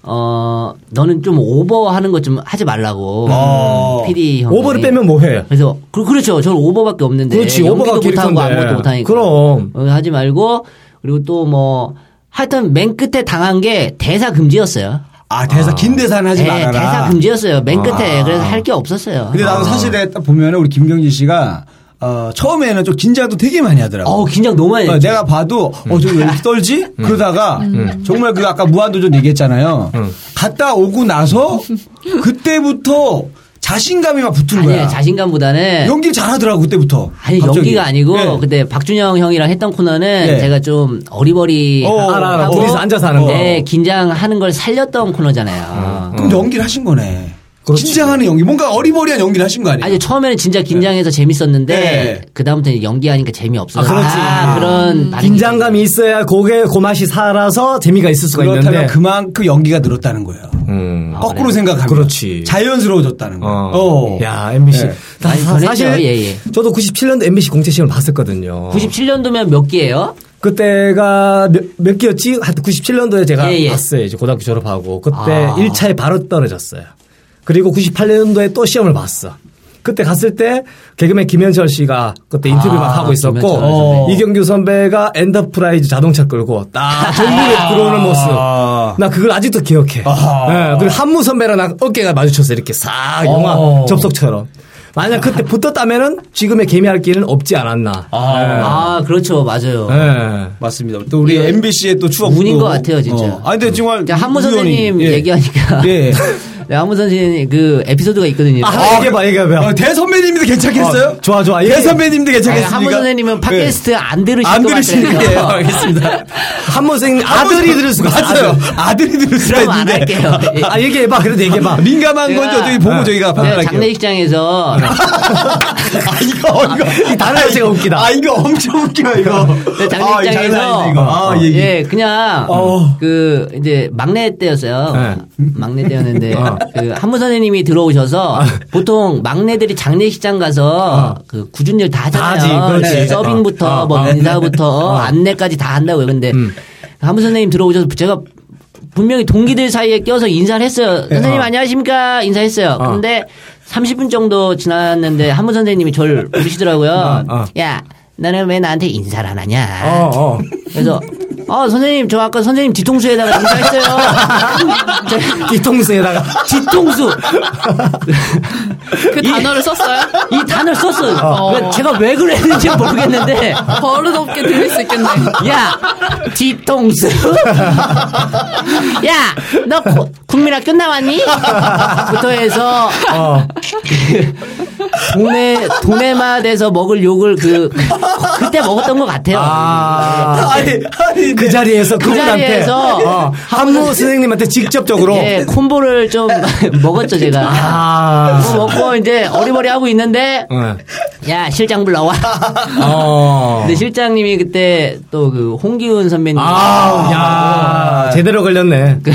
Speaker 4: 어 너는 좀 오버하는 것 좀 하지 말라고
Speaker 5: 아.
Speaker 4: PD 형
Speaker 2: 어. 오버를 빼면 뭐해?
Speaker 4: 그래서 그, 그렇죠. 저는 오버밖에 없는데
Speaker 2: 그렇지,
Speaker 4: 예, 연기도
Speaker 2: 오버가
Speaker 4: 못하고
Speaker 2: 캐릭터인데.
Speaker 4: 아무것도 못하니까
Speaker 2: 그럼.
Speaker 4: 어, 하지 말고 그리고 또 뭐 하여튼 맨 끝에 당한 게 대사 금지였어요.
Speaker 5: 아 대사 긴 대사는 하지
Speaker 4: 네,
Speaker 5: 말아라.
Speaker 4: 대사 아. 금지였어요.
Speaker 2: 아.
Speaker 4: 맨 끝에 그래서 할 게 없었어요.
Speaker 5: 근데 나는 사실 딱 보면 우리 김경진 씨가 어, 처음에는 좀 긴장도 되게 많이 하더라고.
Speaker 4: 어 긴장 너무
Speaker 2: 아,
Speaker 4: 많이.
Speaker 5: 어,
Speaker 4: 했죠.
Speaker 5: 내가 봐도 어 저 왜 이렇게 떨지?
Speaker 2: 음.
Speaker 5: 그러다가 정말 그
Speaker 2: 음.
Speaker 5: 아까 무한도전 얘기했잖아요. 갔다 오고 나서 그때부터 자신감이 막 붙은 거야.
Speaker 4: 아니에요. 자신감보다는
Speaker 5: 연기를 잘하더라고 그때부터.
Speaker 4: 아니
Speaker 5: 갑자기.
Speaker 4: 연기가 아니고
Speaker 5: 예.
Speaker 4: 그때 박준영 형이랑 했던 코너는
Speaker 5: 예.
Speaker 4: 제가 좀 어리버리
Speaker 5: 어,
Speaker 4: 하고
Speaker 2: 알아, 알아. 둘이서 앉아서 하는 거.
Speaker 4: 네, 긴장하는 걸 살렸던 코너잖아요.
Speaker 5: 그럼 연기를 하신 거네.
Speaker 2: 음. 그렇지.
Speaker 5: 긴장하는 연기. 뭔가 어리버리한 연기를 하신 거 아니에요?
Speaker 4: 아니 처음에는 진짜 긴장해서 재밌었는데
Speaker 5: 네.
Speaker 4: 그 다음부터는 연기하니까 재미 없어서
Speaker 2: 아, 그렇지. 음.
Speaker 4: 그런 반응이
Speaker 2: 긴장감이 있어야 고개 고맛이 살아서 재미가 있을 수가
Speaker 5: 그렇다면
Speaker 2: 있는데.
Speaker 5: 그만큼 연기가 늘었다는 거예요.
Speaker 2: 음.
Speaker 4: 아,
Speaker 5: 거꾸로
Speaker 4: 그래요?
Speaker 5: 생각하면.
Speaker 2: 그렇지.
Speaker 5: 자연스러워졌다는 거예요.
Speaker 2: 어.
Speaker 5: 어.
Speaker 2: 야, MBC.
Speaker 5: 예.
Speaker 2: 다-
Speaker 4: 많이
Speaker 2: 사-
Speaker 4: 변했죠.
Speaker 2: 사실
Speaker 4: 예, 예.
Speaker 2: 저도 97년도 MBC 공채 시험을 봤었거든요.
Speaker 4: 97년도면 몇 개예요?
Speaker 2: 그때가 몇, 몇 개였지? 하여튼 97년도에 제가
Speaker 4: 예, 예.
Speaker 2: 봤어요. 이제 고등학교 졸업하고. 그때
Speaker 4: 아.
Speaker 2: 일 1차에 바로 떨어졌어요. 그리고 98년도에 또 시험을 봤어. 그때 갔을 때 개그맨 김현철 씨가 그때 인터뷰 막 하고 있었고
Speaker 4: 아, 김현철
Speaker 2: 어. 이경규 선배가 엔터프라이즈 자동차 끌고 딱 전국에
Speaker 4: 아.
Speaker 2: 들어오는 모습 나 그걸 아직도 기억해 예, 그리고 한무 선배랑 나 어깨가 마주쳐서 이렇게 싹
Speaker 4: 어.
Speaker 2: 영화 접속처럼 만약 그때 붙었다면은 지금의 개미할 길은 없지 않았나
Speaker 5: 예.
Speaker 4: 아 그렇죠 맞아요.
Speaker 2: 예.
Speaker 5: 맞습니다. 또 우리
Speaker 4: 예.
Speaker 5: MBC의 또 추억.
Speaker 4: 운인
Speaker 5: 또-
Speaker 4: 것 같아요, 진짜.
Speaker 5: 어. 아니,
Speaker 2: 음.
Speaker 5: 근데 정말.
Speaker 4: 자, 한무
Speaker 5: 우연히-
Speaker 4: 선생님
Speaker 5: 예.
Speaker 4: 얘기하니까
Speaker 5: 예.
Speaker 4: 네, 한무 선생님 그 에피소드가 있거든요.
Speaker 2: 아, 아, 얘기해봐, 얘기해봐.
Speaker 5: 어, 대선배님도 괜찮겠어요?
Speaker 2: 어, 좋아, 좋아. 예.
Speaker 5: 대선배님도
Speaker 4: 아니,
Speaker 5: 괜찮겠습니까?
Speaker 4: 네,
Speaker 5: 예.
Speaker 4: 한무 선생님은 팟캐스트 안 들으실
Speaker 5: 안
Speaker 4: 것
Speaker 5: 들으시는 게
Speaker 4: 같아요. 네,
Speaker 5: 알겠습니다.
Speaker 2: *laughs* 한번 생 아들이 들을 수가 있어,
Speaker 5: 맞아요.
Speaker 2: 아들.
Speaker 5: 아들이 들을 수가
Speaker 4: 그럼 안
Speaker 5: 있는데.
Speaker 4: 할게요. 예.
Speaker 2: 아, 얘기해봐. 그래도 얘기해봐.
Speaker 5: 민감한
Speaker 4: 제가-
Speaker 5: 건지 어떻게
Speaker 2: 아.
Speaker 5: 보고 저희가
Speaker 4: 제가
Speaker 5: 판단할게요.
Speaker 4: 장례식장에서
Speaker 5: 아, 이거, 이거.
Speaker 2: 이 단어 자체가
Speaker 5: 아,
Speaker 2: 웃기다.
Speaker 5: 아, 이거 엄청 웃겨, 이거.
Speaker 4: 네,
Speaker 5: 아, 이거 장난
Speaker 4: 장례식장에서
Speaker 5: 아니다, 이거. 아, 얘기.
Speaker 4: 예 그냥
Speaker 5: 어.
Speaker 4: 그 이제 막내 때였어요. 막내 때였는데 그 한무 선생님이 들어오셔서 보통 막내들이 장례식장 가서 그 구준일 다
Speaker 2: 다
Speaker 4: 하잖아요.
Speaker 2: 하지, 그렇지.
Speaker 4: 네, 서빙부터
Speaker 2: 어,
Speaker 4: 뭐
Speaker 2: 어.
Speaker 4: 인사부터 안내까지 다 한다고요. 근데 한무 선생님 들어오셔서 제가 분명히 동기들 사이에 껴서 인사를 했어요. 선생님 안녕하십니까 인사했어요. 근데 30분 정도 지났는데 한무 선생님이 저를 부르시더라고요.
Speaker 2: 어.
Speaker 4: 야 나는 왜 나한테 인사를 안 하냐.
Speaker 2: 어, 어.
Speaker 4: 그래서 아 선생님 저 아까 선생님 뒤통수에다가 *laughs* 인사했어요. 제가
Speaker 2: 뒤통수에다가.
Speaker 4: 뒤통수
Speaker 3: 그 단어를 썼어요?
Speaker 4: 이 단어를 썼어요. 그러니까 제가 왜 그랬는지 모르겠는데
Speaker 3: 어. 버릇없게 들릴 수 있겠네.
Speaker 4: 야 뒤통수 야너 국민학교 나왔니? 부터 해서
Speaker 2: 어.
Speaker 4: 동네 동네마다에서 먹을 욕을 그 그때 먹었던 것 같아요.
Speaker 2: 아.
Speaker 5: 아니, 아니. 네.
Speaker 2: 그 자리에서 그분한테.
Speaker 4: 자리에서
Speaker 2: 어, 한무 선생님한테 직접적으로.
Speaker 4: 예, 콤보를 좀 *laughs* 먹었죠 제가.
Speaker 2: 아.
Speaker 4: 그거 먹고 이제 어리버리 하고 있는데
Speaker 2: 예.
Speaker 4: 야 실장 불러와.
Speaker 2: 어.
Speaker 4: 근데 실장님이 그때 또 그 홍기훈 선배님.
Speaker 2: 아, 야, 제대로 걸렸네.
Speaker 4: 아. 그,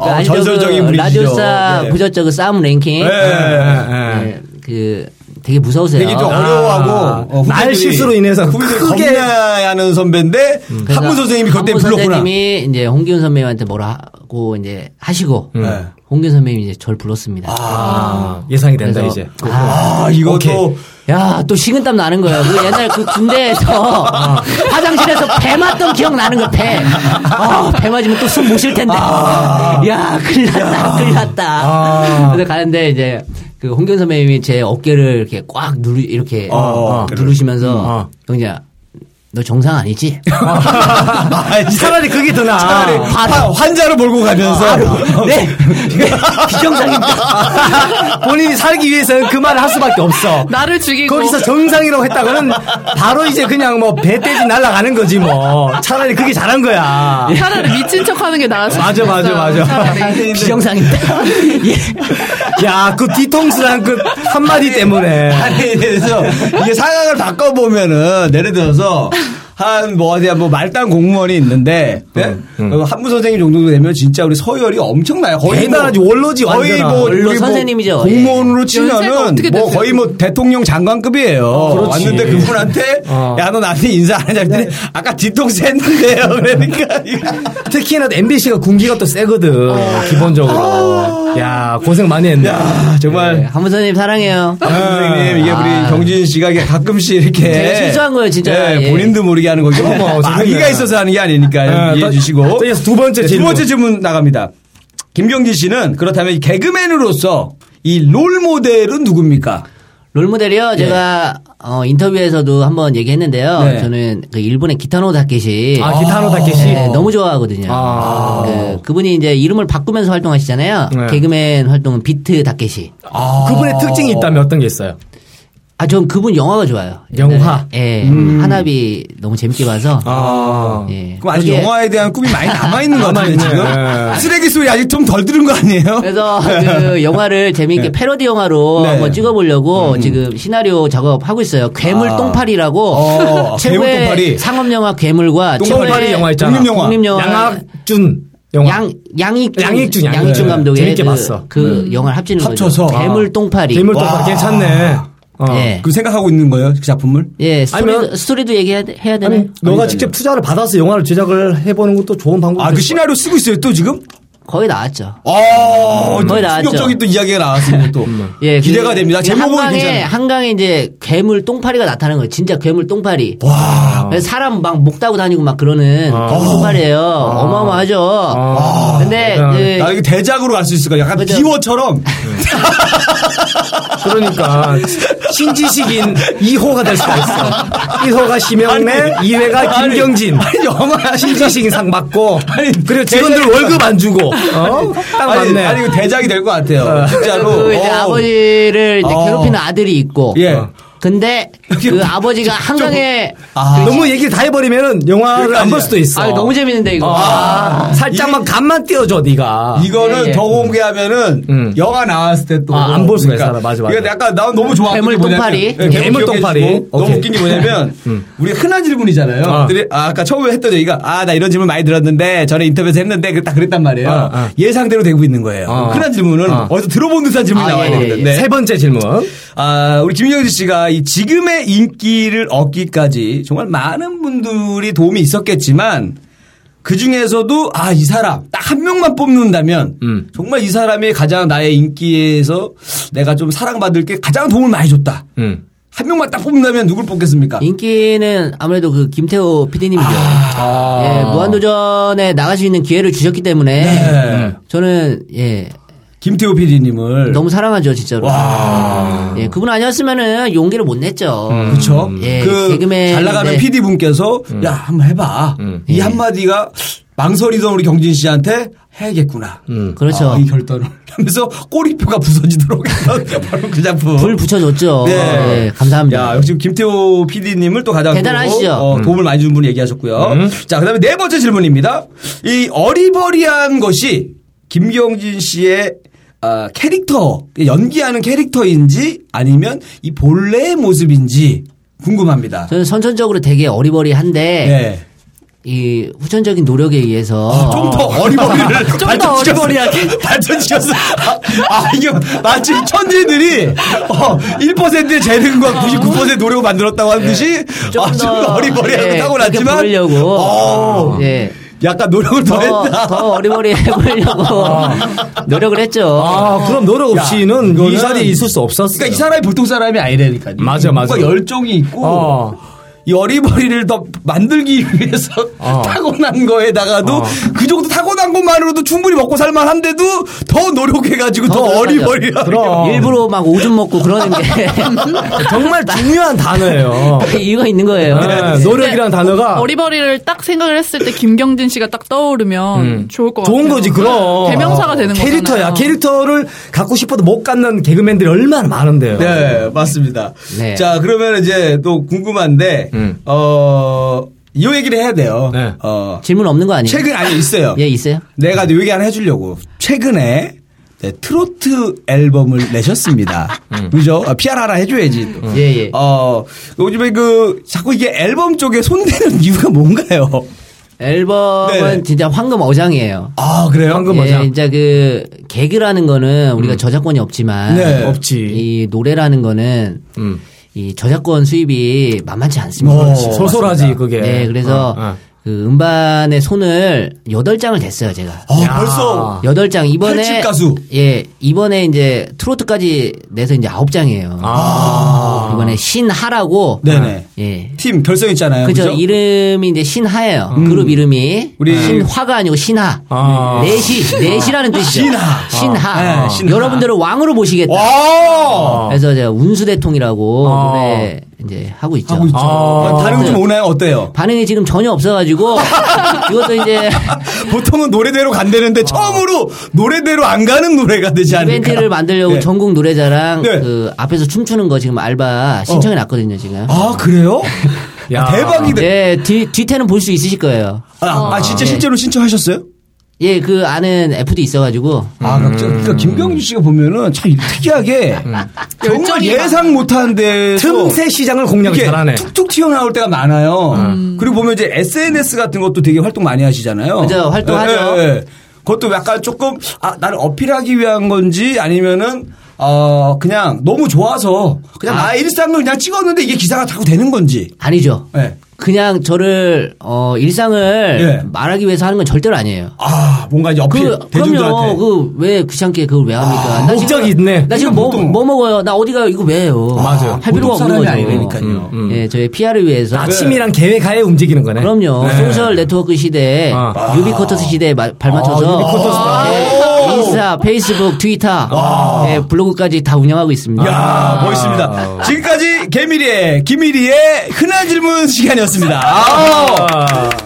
Speaker 5: 어,
Speaker 4: 아시죠?
Speaker 5: 전설적인
Speaker 4: 그
Speaker 5: 분이시죠.
Speaker 4: 라디오사
Speaker 5: 네.
Speaker 4: 부저적 그 싸움
Speaker 5: 예,
Speaker 4: 랭킹.
Speaker 5: 예,
Speaker 2: 예, 예.
Speaker 4: 네, 그 되게 무서우세요.
Speaker 5: 되게
Speaker 2: 아,
Speaker 5: 좀 어려워하고 어, 후배들이-
Speaker 2: 날 실수로 인해서
Speaker 5: 후배들이
Speaker 2: 크게-
Speaker 5: 겁나야 하는 선배인데
Speaker 4: 음, 그래서
Speaker 5: 한문 선생님이 그때
Speaker 4: 한문
Speaker 5: 불렀구나.
Speaker 4: 선생님이 이제 홍기훈 선배님한테 뭐라고 이제 하시고
Speaker 5: 네.
Speaker 4: 홍기훈 선배님이 이제 절 불렀습니다.
Speaker 2: 아, 예상이 된다,
Speaker 4: 그래서-
Speaker 2: 이제.
Speaker 5: 아, 이거
Speaker 2: 오케이.
Speaker 5: 또
Speaker 4: 야, 또 식은땀 나는 거예요. 그 옛날 그 군대에서 화장실에서 배 맞던 기억 나는 거, 배. 아, 배 맞으면 또 숨 못 쉴 텐데. 야, 큰일 났다, 큰일 났다.
Speaker 2: 아.
Speaker 4: 그래서 가는데 이제 그 홍경 선배님이 제 어깨를 이렇게 꽉 누르, 이렇게
Speaker 5: 어,
Speaker 4: 누르시면서
Speaker 2: 음.
Speaker 4: 경자, 너 정상 아니지?
Speaker 2: 아, 차라리 그게 더 나아.
Speaker 5: 차라리 화- 환자로 몰고
Speaker 2: 아,
Speaker 5: 가면서
Speaker 4: 네, 네,
Speaker 2: *laughs*
Speaker 4: 비정상입니다.
Speaker 2: 본인이 살기 위해서는 그 말을 할 수밖에 없어.
Speaker 3: 나를 죽이고.
Speaker 2: 거기서 정상이라고 했다가는 바로 이제 그냥 뭐 배때지 날아가는 거지 뭐. 차라리 그게 잘한 거야.
Speaker 3: 차라리 미친 척 하는 게 나을 수
Speaker 2: 맞아, 맞아,
Speaker 3: 있겠어요.
Speaker 2: 맞아.
Speaker 3: 차라리.
Speaker 4: 비정상입니다. 예.
Speaker 2: 야, 그 뒤통수랑 그 한마디 때문에.
Speaker 5: 아니 그래서 이게 상황을 바꿔보면은 예를 들어서 한 뭐 어디야 뭐 말단 공무원이 있는데 네?
Speaker 2: 음,
Speaker 5: 어, 한무 선생님 정도 되면 진짜 우리 서열이 엄청나요. 거의 뭐
Speaker 2: 대단하지, 원로지,
Speaker 5: 거의
Speaker 2: 완전한.
Speaker 5: 뭐
Speaker 4: 원로
Speaker 5: 우리 뭐
Speaker 4: 선생님이죠, 예.
Speaker 5: 공무원으로
Speaker 3: 연세가
Speaker 5: 치면은
Speaker 3: 어떻게
Speaker 5: 뭐
Speaker 3: 됐어요?
Speaker 5: 거의 뭐 대통령 장관급이에요. 왔는데 그분한테
Speaker 2: 아, 어. 네.
Speaker 5: 야 너 나한테 인사 안 하냐 했더니 아까 뒤통수 했는데요. *laughs* 그러니까
Speaker 2: 특히나 MBC가 군기가 또 세거든. 기본적으로. 아, 네. 야, 고생 많이 했네.
Speaker 5: 야 정말
Speaker 4: 한 분 선생님 사랑해요.
Speaker 5: 아, 선생님 이게 우리 경진 씨가 이게 가끔씩 이렇게
Speaker 4: 아. 네, 제가 실수한 거예요, 진짜.
Speaker 5: 예,
Speaker 4: 예.
Speaker 5: 본인도 모르게 하는 거죠.
Speaker 2: 어머,
Speaker 5: 아기가
Speaker 2: 죄송해요.
Speaker 5: 있어서 하는 게 아니니까
Speaker 2: 예,
Speaker 5: 이해해
Speaker 2: 또-
Speaker 5: 주시고.
Speaker 2: 또 이어서 두 번째
Speaker 5: 네, 두
Speaker 2: 질문.
Speaker 5: 번째 질문 나갑니다. 김경진 씨는 그렇다면 이 개그맨으로서 이 롤 모델은 누굽니까?
Speaker 2: 예.
Speaker 4: 롤모델이요. 제가 어, 인터뷰에서도 한번 얘기했는데요.
Speaker 5: 네.
Speaker 4: 저는 그 일본의 기타노 다케시.
Speaker 2: 아, 기타노 다케시.
Speaker 4: 네, 너무 좋아하거든요. 그, 분이 이제 이름을 바꾸면서 활동하시잖아요.
Speaker 2: 네.
Speaker 4: 개그맨 활동은 비트 다케시.
Speaker 2: 그분의 특징이 있다면 어떤 게 있어요?
Speaker 4: 아, 전 그분 영화가 좋아요.
Speaker 2: 영화? 음.
Speaker 4: 예. 하나비 너무 재밌게 봐서.
Speaker 2: 아.
Speaker 4: 예.
Speaker 5: 그럼 아직
Speaker 4: 그게- 예.
Speaker 5: 영화에 대한 꿈이 많이 남아있는 것 같은데
Speaker 2: 남아있네.
Speaker 5: 지금
Speaker 2: 네.
Speaker 5: 쓰레기 소리 아직 좀 덜 들은 거 아니에요?
Speaker 4: 그래서
Speaker 2: *laughs*
Speaker 4: 그 영화를 재미있게 패러디 영화로
Speaker 5: 네.
Speaker 4: 한번
Speaker 2: 음,
Speaker 4: 찍어보려고 지금 시나리오 작업하고 있어요. 괴물
Speaker 2: 아.
Speaker 4: 똥파리라고
Speaker 5: 어,
Speaker 4: *laughs* 최고의
Speaker 5: 괴물 똥파리.
Speaker 4: 상업 영화 괴물과
Speaker 5: 똥파리
Speaker 4: 최고의
Speaker 2: 영화 있잖아.
Speaker 5: 독립 영화.
Speaker 4: 독립 영화.
Speaker 2: 양학준 영화.
Speaker 4: 양
Speaker 2: 양익준,
Speaker 4: 양익준
Speaker 2: 양익준.
Speaker 4: 양익준 감독의
Speaker 2: 재밌게
Speaker 4: 그,
Speaker 2: 봤어. 음. 아.
Speaker 4: 그 영화를 합치는
Speaker 5: 합쳐서.
Speaker 4: 거죠. 괴물 똥파리.
Speaker 2: 괴물 똑바 괜찮네. 어.
Speaker 4: 예.
Speaker 5: 그 생각하고 있는 거예요 그 작품을?
Speaker 4: 예, 스토리도,
Speaker 2: 아니면-
Speaker 4: 스토리도 얘기해야 돼- 해야 되네.
Speaker 2: 아니, 너가 직접 투자를 받아서 영화를 제작을 해보는 것도 좋은 방법이죠.
Speaker 5: 아 그 시나리오 쓰고 있어요 또 지금?
Speaker 4: 거의 나왔죠.
Speaker 5: 어, 또
Speaker 4: 거의 나왔죠.
Speaker 5: 충격적인 또 이야기가 나왔습니다 또
Speaker 4: 예, 그-
Speaker 5: 기대가 됩니다.
Speaker 4: 그
Speaker 5: 제목은
Speaker 4: 한강에
Speaker 5: 괜찮아요.
Speaker 4: 한강에 이제 괴물 똥파리가 나타나는 거예요. 진짜 괴물 똥파리. 그래서 사람 막 목 따고 다니고 막 그러는 괴물 똥파리예요. 어마어마하죠.
Speaker 2: 아.
Speaker 4: 근데 그
Speaker 5: 아. 나 이거 대작으로 갈 수 있을까? 약간
Speaker 4: 그죠.
Speaker 5: 비워처럼
Speaker 2: 그러니까 신지식인 2호가 될 수가 있어. 1호가 심영래, 2회가 김경진. 영화 신지식인 상 받고 그리고 직원들 월급 안 주고. 어? 딱
Speaker 5: 아니,
Speaker 2: 맞네.
Speaker 5: 아니 이거 대작이 될 것 같아요. 진짜로.
Speaker 4: *laughs* 그 이제
Speaker 5: 어.
Speaker 4: 아버지를 이제
Speaker 5: 어.
Speaker 4: 괴롭히는 아들이 있고.
Speaker 5: 예.
Speaker 4: 근데
Speaker 5: *laughs*
Speaker 4: 그 아버지가 한강에
Speaker 5: 아.
Speaker 2: 아, 너무 얘기 다 해버리면은
Speaker 5: 그러니까
Speaker 2: 영화를 안 볼 수도 있어.
Speaker 4: 아 너무 재밌는데 이거.
Speaker 2: 아, 살짝만 간만 띄워줘 네가.
Speaker 5: 이거는
Speaker 4: 예, 예.
Speaker 5: 더 공개하면은
Speaker 2: 음.
Speaker 5: 영화 나왔을 때 또 그러니까
Speaker 2: 아, 안볼 수가 있어요. 맞아, 맞아.
Speaker 5: 이게 약간 나 너무 좋아. 예,
Speaker 4: 괴물 똥파리.
Speaker 2: 괴물 똥파리.
Speaker 5: 너무
Speaker 2: 오케이. 음.
Speaker 5: 웃긴 게
Speaker 2: *laughs*
Speaker 5: 뭐냐면 우리가 흔한 질문이잖아요.
Speaker 2: 아.
Speaker 5: 근데 아, 아까 처음에 했던 얘기가 아 나 이런 질문 많이 들었는데 전에 인터뷰에서 했는데 그- 딱 그랬단 말이에요.
Speaker 2: 아, 아.
Speaker 5: 예상대로 되고 있는 거예요.
Speaker 2: 아.
Speaker 5: 흔한 질문은
Speaker 2: 아.
Speaker 5: 어디서 들어본 듯한 질문이
Speaker 4: 아,
Speaker 5: 나와야
Speaker 4: 예, 예,
Speaker 5: 되거든요. 네.
Speaker 2: 세 번째 질문.
Speaker 5: 아, 우리 김영지 씨가 이 지금의 인기를 얻기까지 정말 많은 분들이 도움이 있었겠지만 그 중에서도 아, 이 사람 딱 한 명만 뽑는다면
Speaker 2: 음.
Speaker 5: 정말 이 사람이 가장 나의 인기에서 내가 좀 사랑받을 게 가장 도움을 많이 줬다.
Speaker 2: 음.
Speaker 5: 한 명만 딱 뽑는다면 누굴 뽑겠습니까?
Speaker 4: 인기는 아무래도 그 김태호 PD님이죠.
Speaker 5: 아.
Speaker 4: 예, 무한도전에 나갈 수 있는 기회를 주셨기 때문에
Speaker 5: 네.
Speaker 4: 저는 예
Speaker 5: 김태호 PD님을.
Speaker 4: 너무 사랑하죠 진짜로. 예, 그분 아니었으면은 용기를 못 냈죠.
Speaker 5: 음. 그쵸?
Speaker 4: 예,
Speaker 5: 그,
Speaker 4: 개그맨
Speaker 5: 잘 나가는
Speaker 4: 네. 예.
Speaker 5: PD분께서, 야, 한번 해봐. 이 한마디가 망설이던 우리 경진 씨한테 해야겠구나.
Speaker 4: 그렇죠.
Speaker 5: 아, 이 결단을. *laughs* 하면서 꼬리표가 부서지도록 했던 바로 그 작품.
Speaker 4: 불 붙여줬죠. 예, 감사합니다.
Speaker 5: 네. 야, 역시 김태호 PD님을 또 가장
Speaker 4: 대단하시죠? 음.
Speaker 5: 또, 어, 도움을 많이 준 분 얘기하셨고요. 자, 그다음에 네 번째 질문입니다. 이 어리버리한 것이 김경진 씨의 아, 캐릭터 연기하는 캐릭터인지 아니면 이 본래의 모습인지 궁금합니다.
Speaker 4: 저는 선천적으로 되게 어리버리한데
Speaker 5: 네. 아,
Speaker 4: 이 후천적인 노력에 의해서
Speaker 5: 좀 더 어리버리를
Speaker 4: 아, 좀더
Speaker 5: 발전시켰어.
Speaker 4: 어리버리하게.
Speaker 5: *laughs* 발전시켰어. 아, 아, 이게 마치 천재들이 어, 1%의 재능과 99%의 노력을 만들었다고 한 듯이 아,
Speaker 4: 아. 예. 더,
Speaker 5: 좀더 어리버리하게
Speaker 4: 예,
Speaker 5: 타고났지만
Speaker 4: 그렇게 보이려고.
Speaker 5: 어,
Speaker 4: 예. 어.
Speaker 5: 약간 노력을 더
Speaker 4: 더,
Speaker 5: 했다.
Speaker 4: 더 어리버리
Speaker 5: *laughs*
Speaker 4: 해보려고 노력을 했죠.
Speaker 2: 아 그럼 노력 없이는
Speaker 5: 이거는-
Speaker 2: 이 자리에 있을 수 없었어.
Speaker 5: 그러니까 이 사람이 보통 사람이 아니라니까요.
Speaker 2: 맞아, 맞아.
Speaker 5: 뭔가 열정이 있고
Speaker 2: 어.
Speaker 5: 이 어리버리를 더 만들기 위해서
Speaker 2: 어.
Speaker 5: *laughs* 타고난 거에다가도
Speaker 2: 어.
Speaker 5: 그 정도 타고난 것만으로도 충분히 먹고 살만한데도 더 노력해가지고 더,
Speaker 4: 더 노력하죠.
Speaker 5: 어리버리하게
Speaker 2: 그럼.
Speaker 4: 일부러 막 오줌 먹고 그러는 게
Speaker 2: 정말 중요한
Speaker 5: *laughs*
Speaker 2: 단어예요.
Speaker 4: *laughs* 이유가 있는 거예요.
Speaker 2: 네, 노력이란 단어가
Speaker 3: 어리버리를 딱 생각을 했을 때 김경진 씨가 딱 떠오르면 좋을 것
Speaker 2: 음.
Speaker 3: 같아요.
Speaker 2: 좋은 거지 그럼
Speaker 3: 대명사가 되는
Speaker 2: 캐릭터야
Speaker 3: 거잖아요.
Speaker 2: 캐릭터를 갖고 싶어도 못 갖는 개그맨들이 얼마나 많은데요
Speaker 5: 네, 맞습니다.
Speaker 4: 네.
Speaker 5: 자, 그러면 이제 또 궁금한데,
Speaker 2: 음.
Speaker 5: 어, 이 얘기를 해야 돼요.
Speaker 2: 네.
Speaker 5: 어,
Speaker 4: 질문 없는 거 아니에요?
Speaker 5: 최근, 아니, 있어요.
Speaker 4: 예 있어요.
Speaker 5: 내가 이 얘기 하나 해주려고. 최근에, 네, 트로트 앨범을
Speaker 4: *laughs*
Speaker 5: 내셨습니다. 그죠? 아, PR 하나 해줘야지. 또.
Speaker 4: 음. 예, 예.
Speaker 5: 어, 요즘에 그, 자꾸 이게 앨범 쪽에 손대는 *laughs* 이유가 뭔가요?
Speaker 4: 앨범은
Speaker 5: 네네.
Speaker 4: 진짜 황금 어장이에요.
Speaker 5: 아, 그래요?
Speaker 2: 황금
Speaker 4: 예,
Speaker 2: 어장 음.
Speaker 4: 진짜 그 개그라는 거는 우리가 저작권이 없지만
Speaker 5: 네.
Speaker 2: 없지
Speaker 4: 이 노래라는 거는
Speaker 2: 음.
Speaker 4: 이 저작권 수입이 만만치 않습니다. 그렇죠.
Speaker 2: 어, 소소라지 그게
Speaker 4: 네, 그래서
Speaker 2: 어, 어.
Speaker 4: 그 음반의 손을 여덟 장을 댔어요, 제가.
Speaker 5: 아,
Speaker 2: 어.
Speaker 5: 벌써.
Speaker 4: 여덟 장 이번에
Speaker 5: 팔집 가수.
Speaker 4: 예, 이번에 이제 트로트까지 내서 이제 아홉 장이에요.
Speaker 2: 아.
Speaker 4: 이번에 신하라고
Speaker 5: 네네.
Speaker 4: 예.
Speaker 5: 팀 결성했잖아요.
Speaker 4: 그죠?
Speaker 5: 그죠? 음.
Speaker 4: 이름이 이제 신하예요. 그룹 이름이 네.
Speaker 5: 우리-
Speaker 4: 신화가 아니고 신하.
Speaker 2: 아.
Speaker 4: 내시, 내시라는 뜻이죠.
Speaker 5: 신하. 아.
Speaker 4: 신하. 어.
Speaker 5: 네, 신하.
Speaker 4: 여러분들을 왕으로 모시겠다.
Speaker 5: 와!
Speaker 4: 그래서 제가 운수대통이라고
Speaker 2: 아.
Speaker 4: 노래 이제 하고 있죠.
Speaker 5: 하고 있죠.
Speaker 2: 아.
Speaker 5: 반응 좀 오나요? 어때요?
Speaker 4: 반응이 지금
Speaker 5: *laughs*
Speaker 4: 전혀 없어가지고 이것도 이제
Speaker 5: 보통은 노래대로 간대는데 처음으로 노래대로 안 가는 노래가 되지 않을까?
Speaker 4: 아. 이벤트를 만들려고
Speaker 5: 네.
Speaker 4: 전국 노래자랑
Speaker 5: 네.
Speaker 4: 그 앞에서 춤추는 거 지금 알바 신청해 놨거든요 지금.
Speaker 5: 아
Speaker 4: *laughs*
Speaker 5: 그래요?
Speaker 2: 야.
Speaker 5: 아, 대박이다.
Speaker 4: 예, 뒤 뒤태는 볼 수 있으실 거예요.
Speaker 5: 아, 아,
Speaker 4: 어.
Speaker 5: 진짜 실제로 신청하셨어요?
Speaker 4: 예, 그 아는 F도 있어가지고
Speaker 5: 아, 그러니까,
Speaker 2: 음.
Speaker 5: 그러니까 김경주 씨가 보면은 참 특이하게 정말
Speaker 3: 열정이
Speaker 5: 예상 못한 데서
Speaker 2: 틈새 시장을 공략
Speaker 5: 이렇게
Speaker 2: 잘하네. 음.
Speaker 5: 툭툭 튀어나올 때가 많아요. 그리고 보면 이제 SNS 같은 것도 되게 활동 많이 하시잖아요. 예,
Speaker 4: 그죠, 활동하죠.
Speaker 5: 그것도 약간 조금 아, 나를 어필하기 위한 건지 아니면은 어 그냥 너무 좋아서 그냥 나의 일상을 그냥 찍었는데 이게 기사가 자꾸 되는 건지.
Speaker 4: 아니죠.
Speaker 5: 예.
Speaker 4: 그냥 저를 어 일상을
Speaker 5: 예.
Speaker 4: 말하기 위해서 하는 건 절대로 아니에요.
Speaker 5: 아 뭔가 이제 어필
Speaker 4: 그,
Speaker 5: 대중들한테. 아,
Speaker 4: 그럼요. 그 왜 귀찮게 그걸 왜 합니까? 나 지금-
Speaker 2: 목적이 있네.
Speaker 4: 나 지금 뭐,
Speaker 5: 보통.
Speaker 4: 뭐 먹어요? 나 어디가 이거 왜 해요?
Speaker 5: 맞아요.
Speaker 4: 할
Speaker 5: 보통
Speaker 4: 필요가 없는 거죠.
Speaker 5: 사람이 아니라니까요. 네.
Speaker 4: 음, 음. 예, 저의 PR을 위해서.
Speaker 2: 아침이랑 계획하에 움직이는 거네.
Speaker 4: 그럼요. 소셜 네트워크 시대에
Speaker 2: 아.
Speaker 4: 유비쿼터스 시대에 마- 발맞춰서
Speaker 5: 아,
Speaker 4: 예, 인스타, 페이스북, 트위터, 예, 블로그까지 다 운영하고 있습니다.
Speaker 5: 야 멋있습니다. 지금까지 개미리의 김미리의 흔한 질문 시간이었습니다. 아우.
Speaker 2: 아.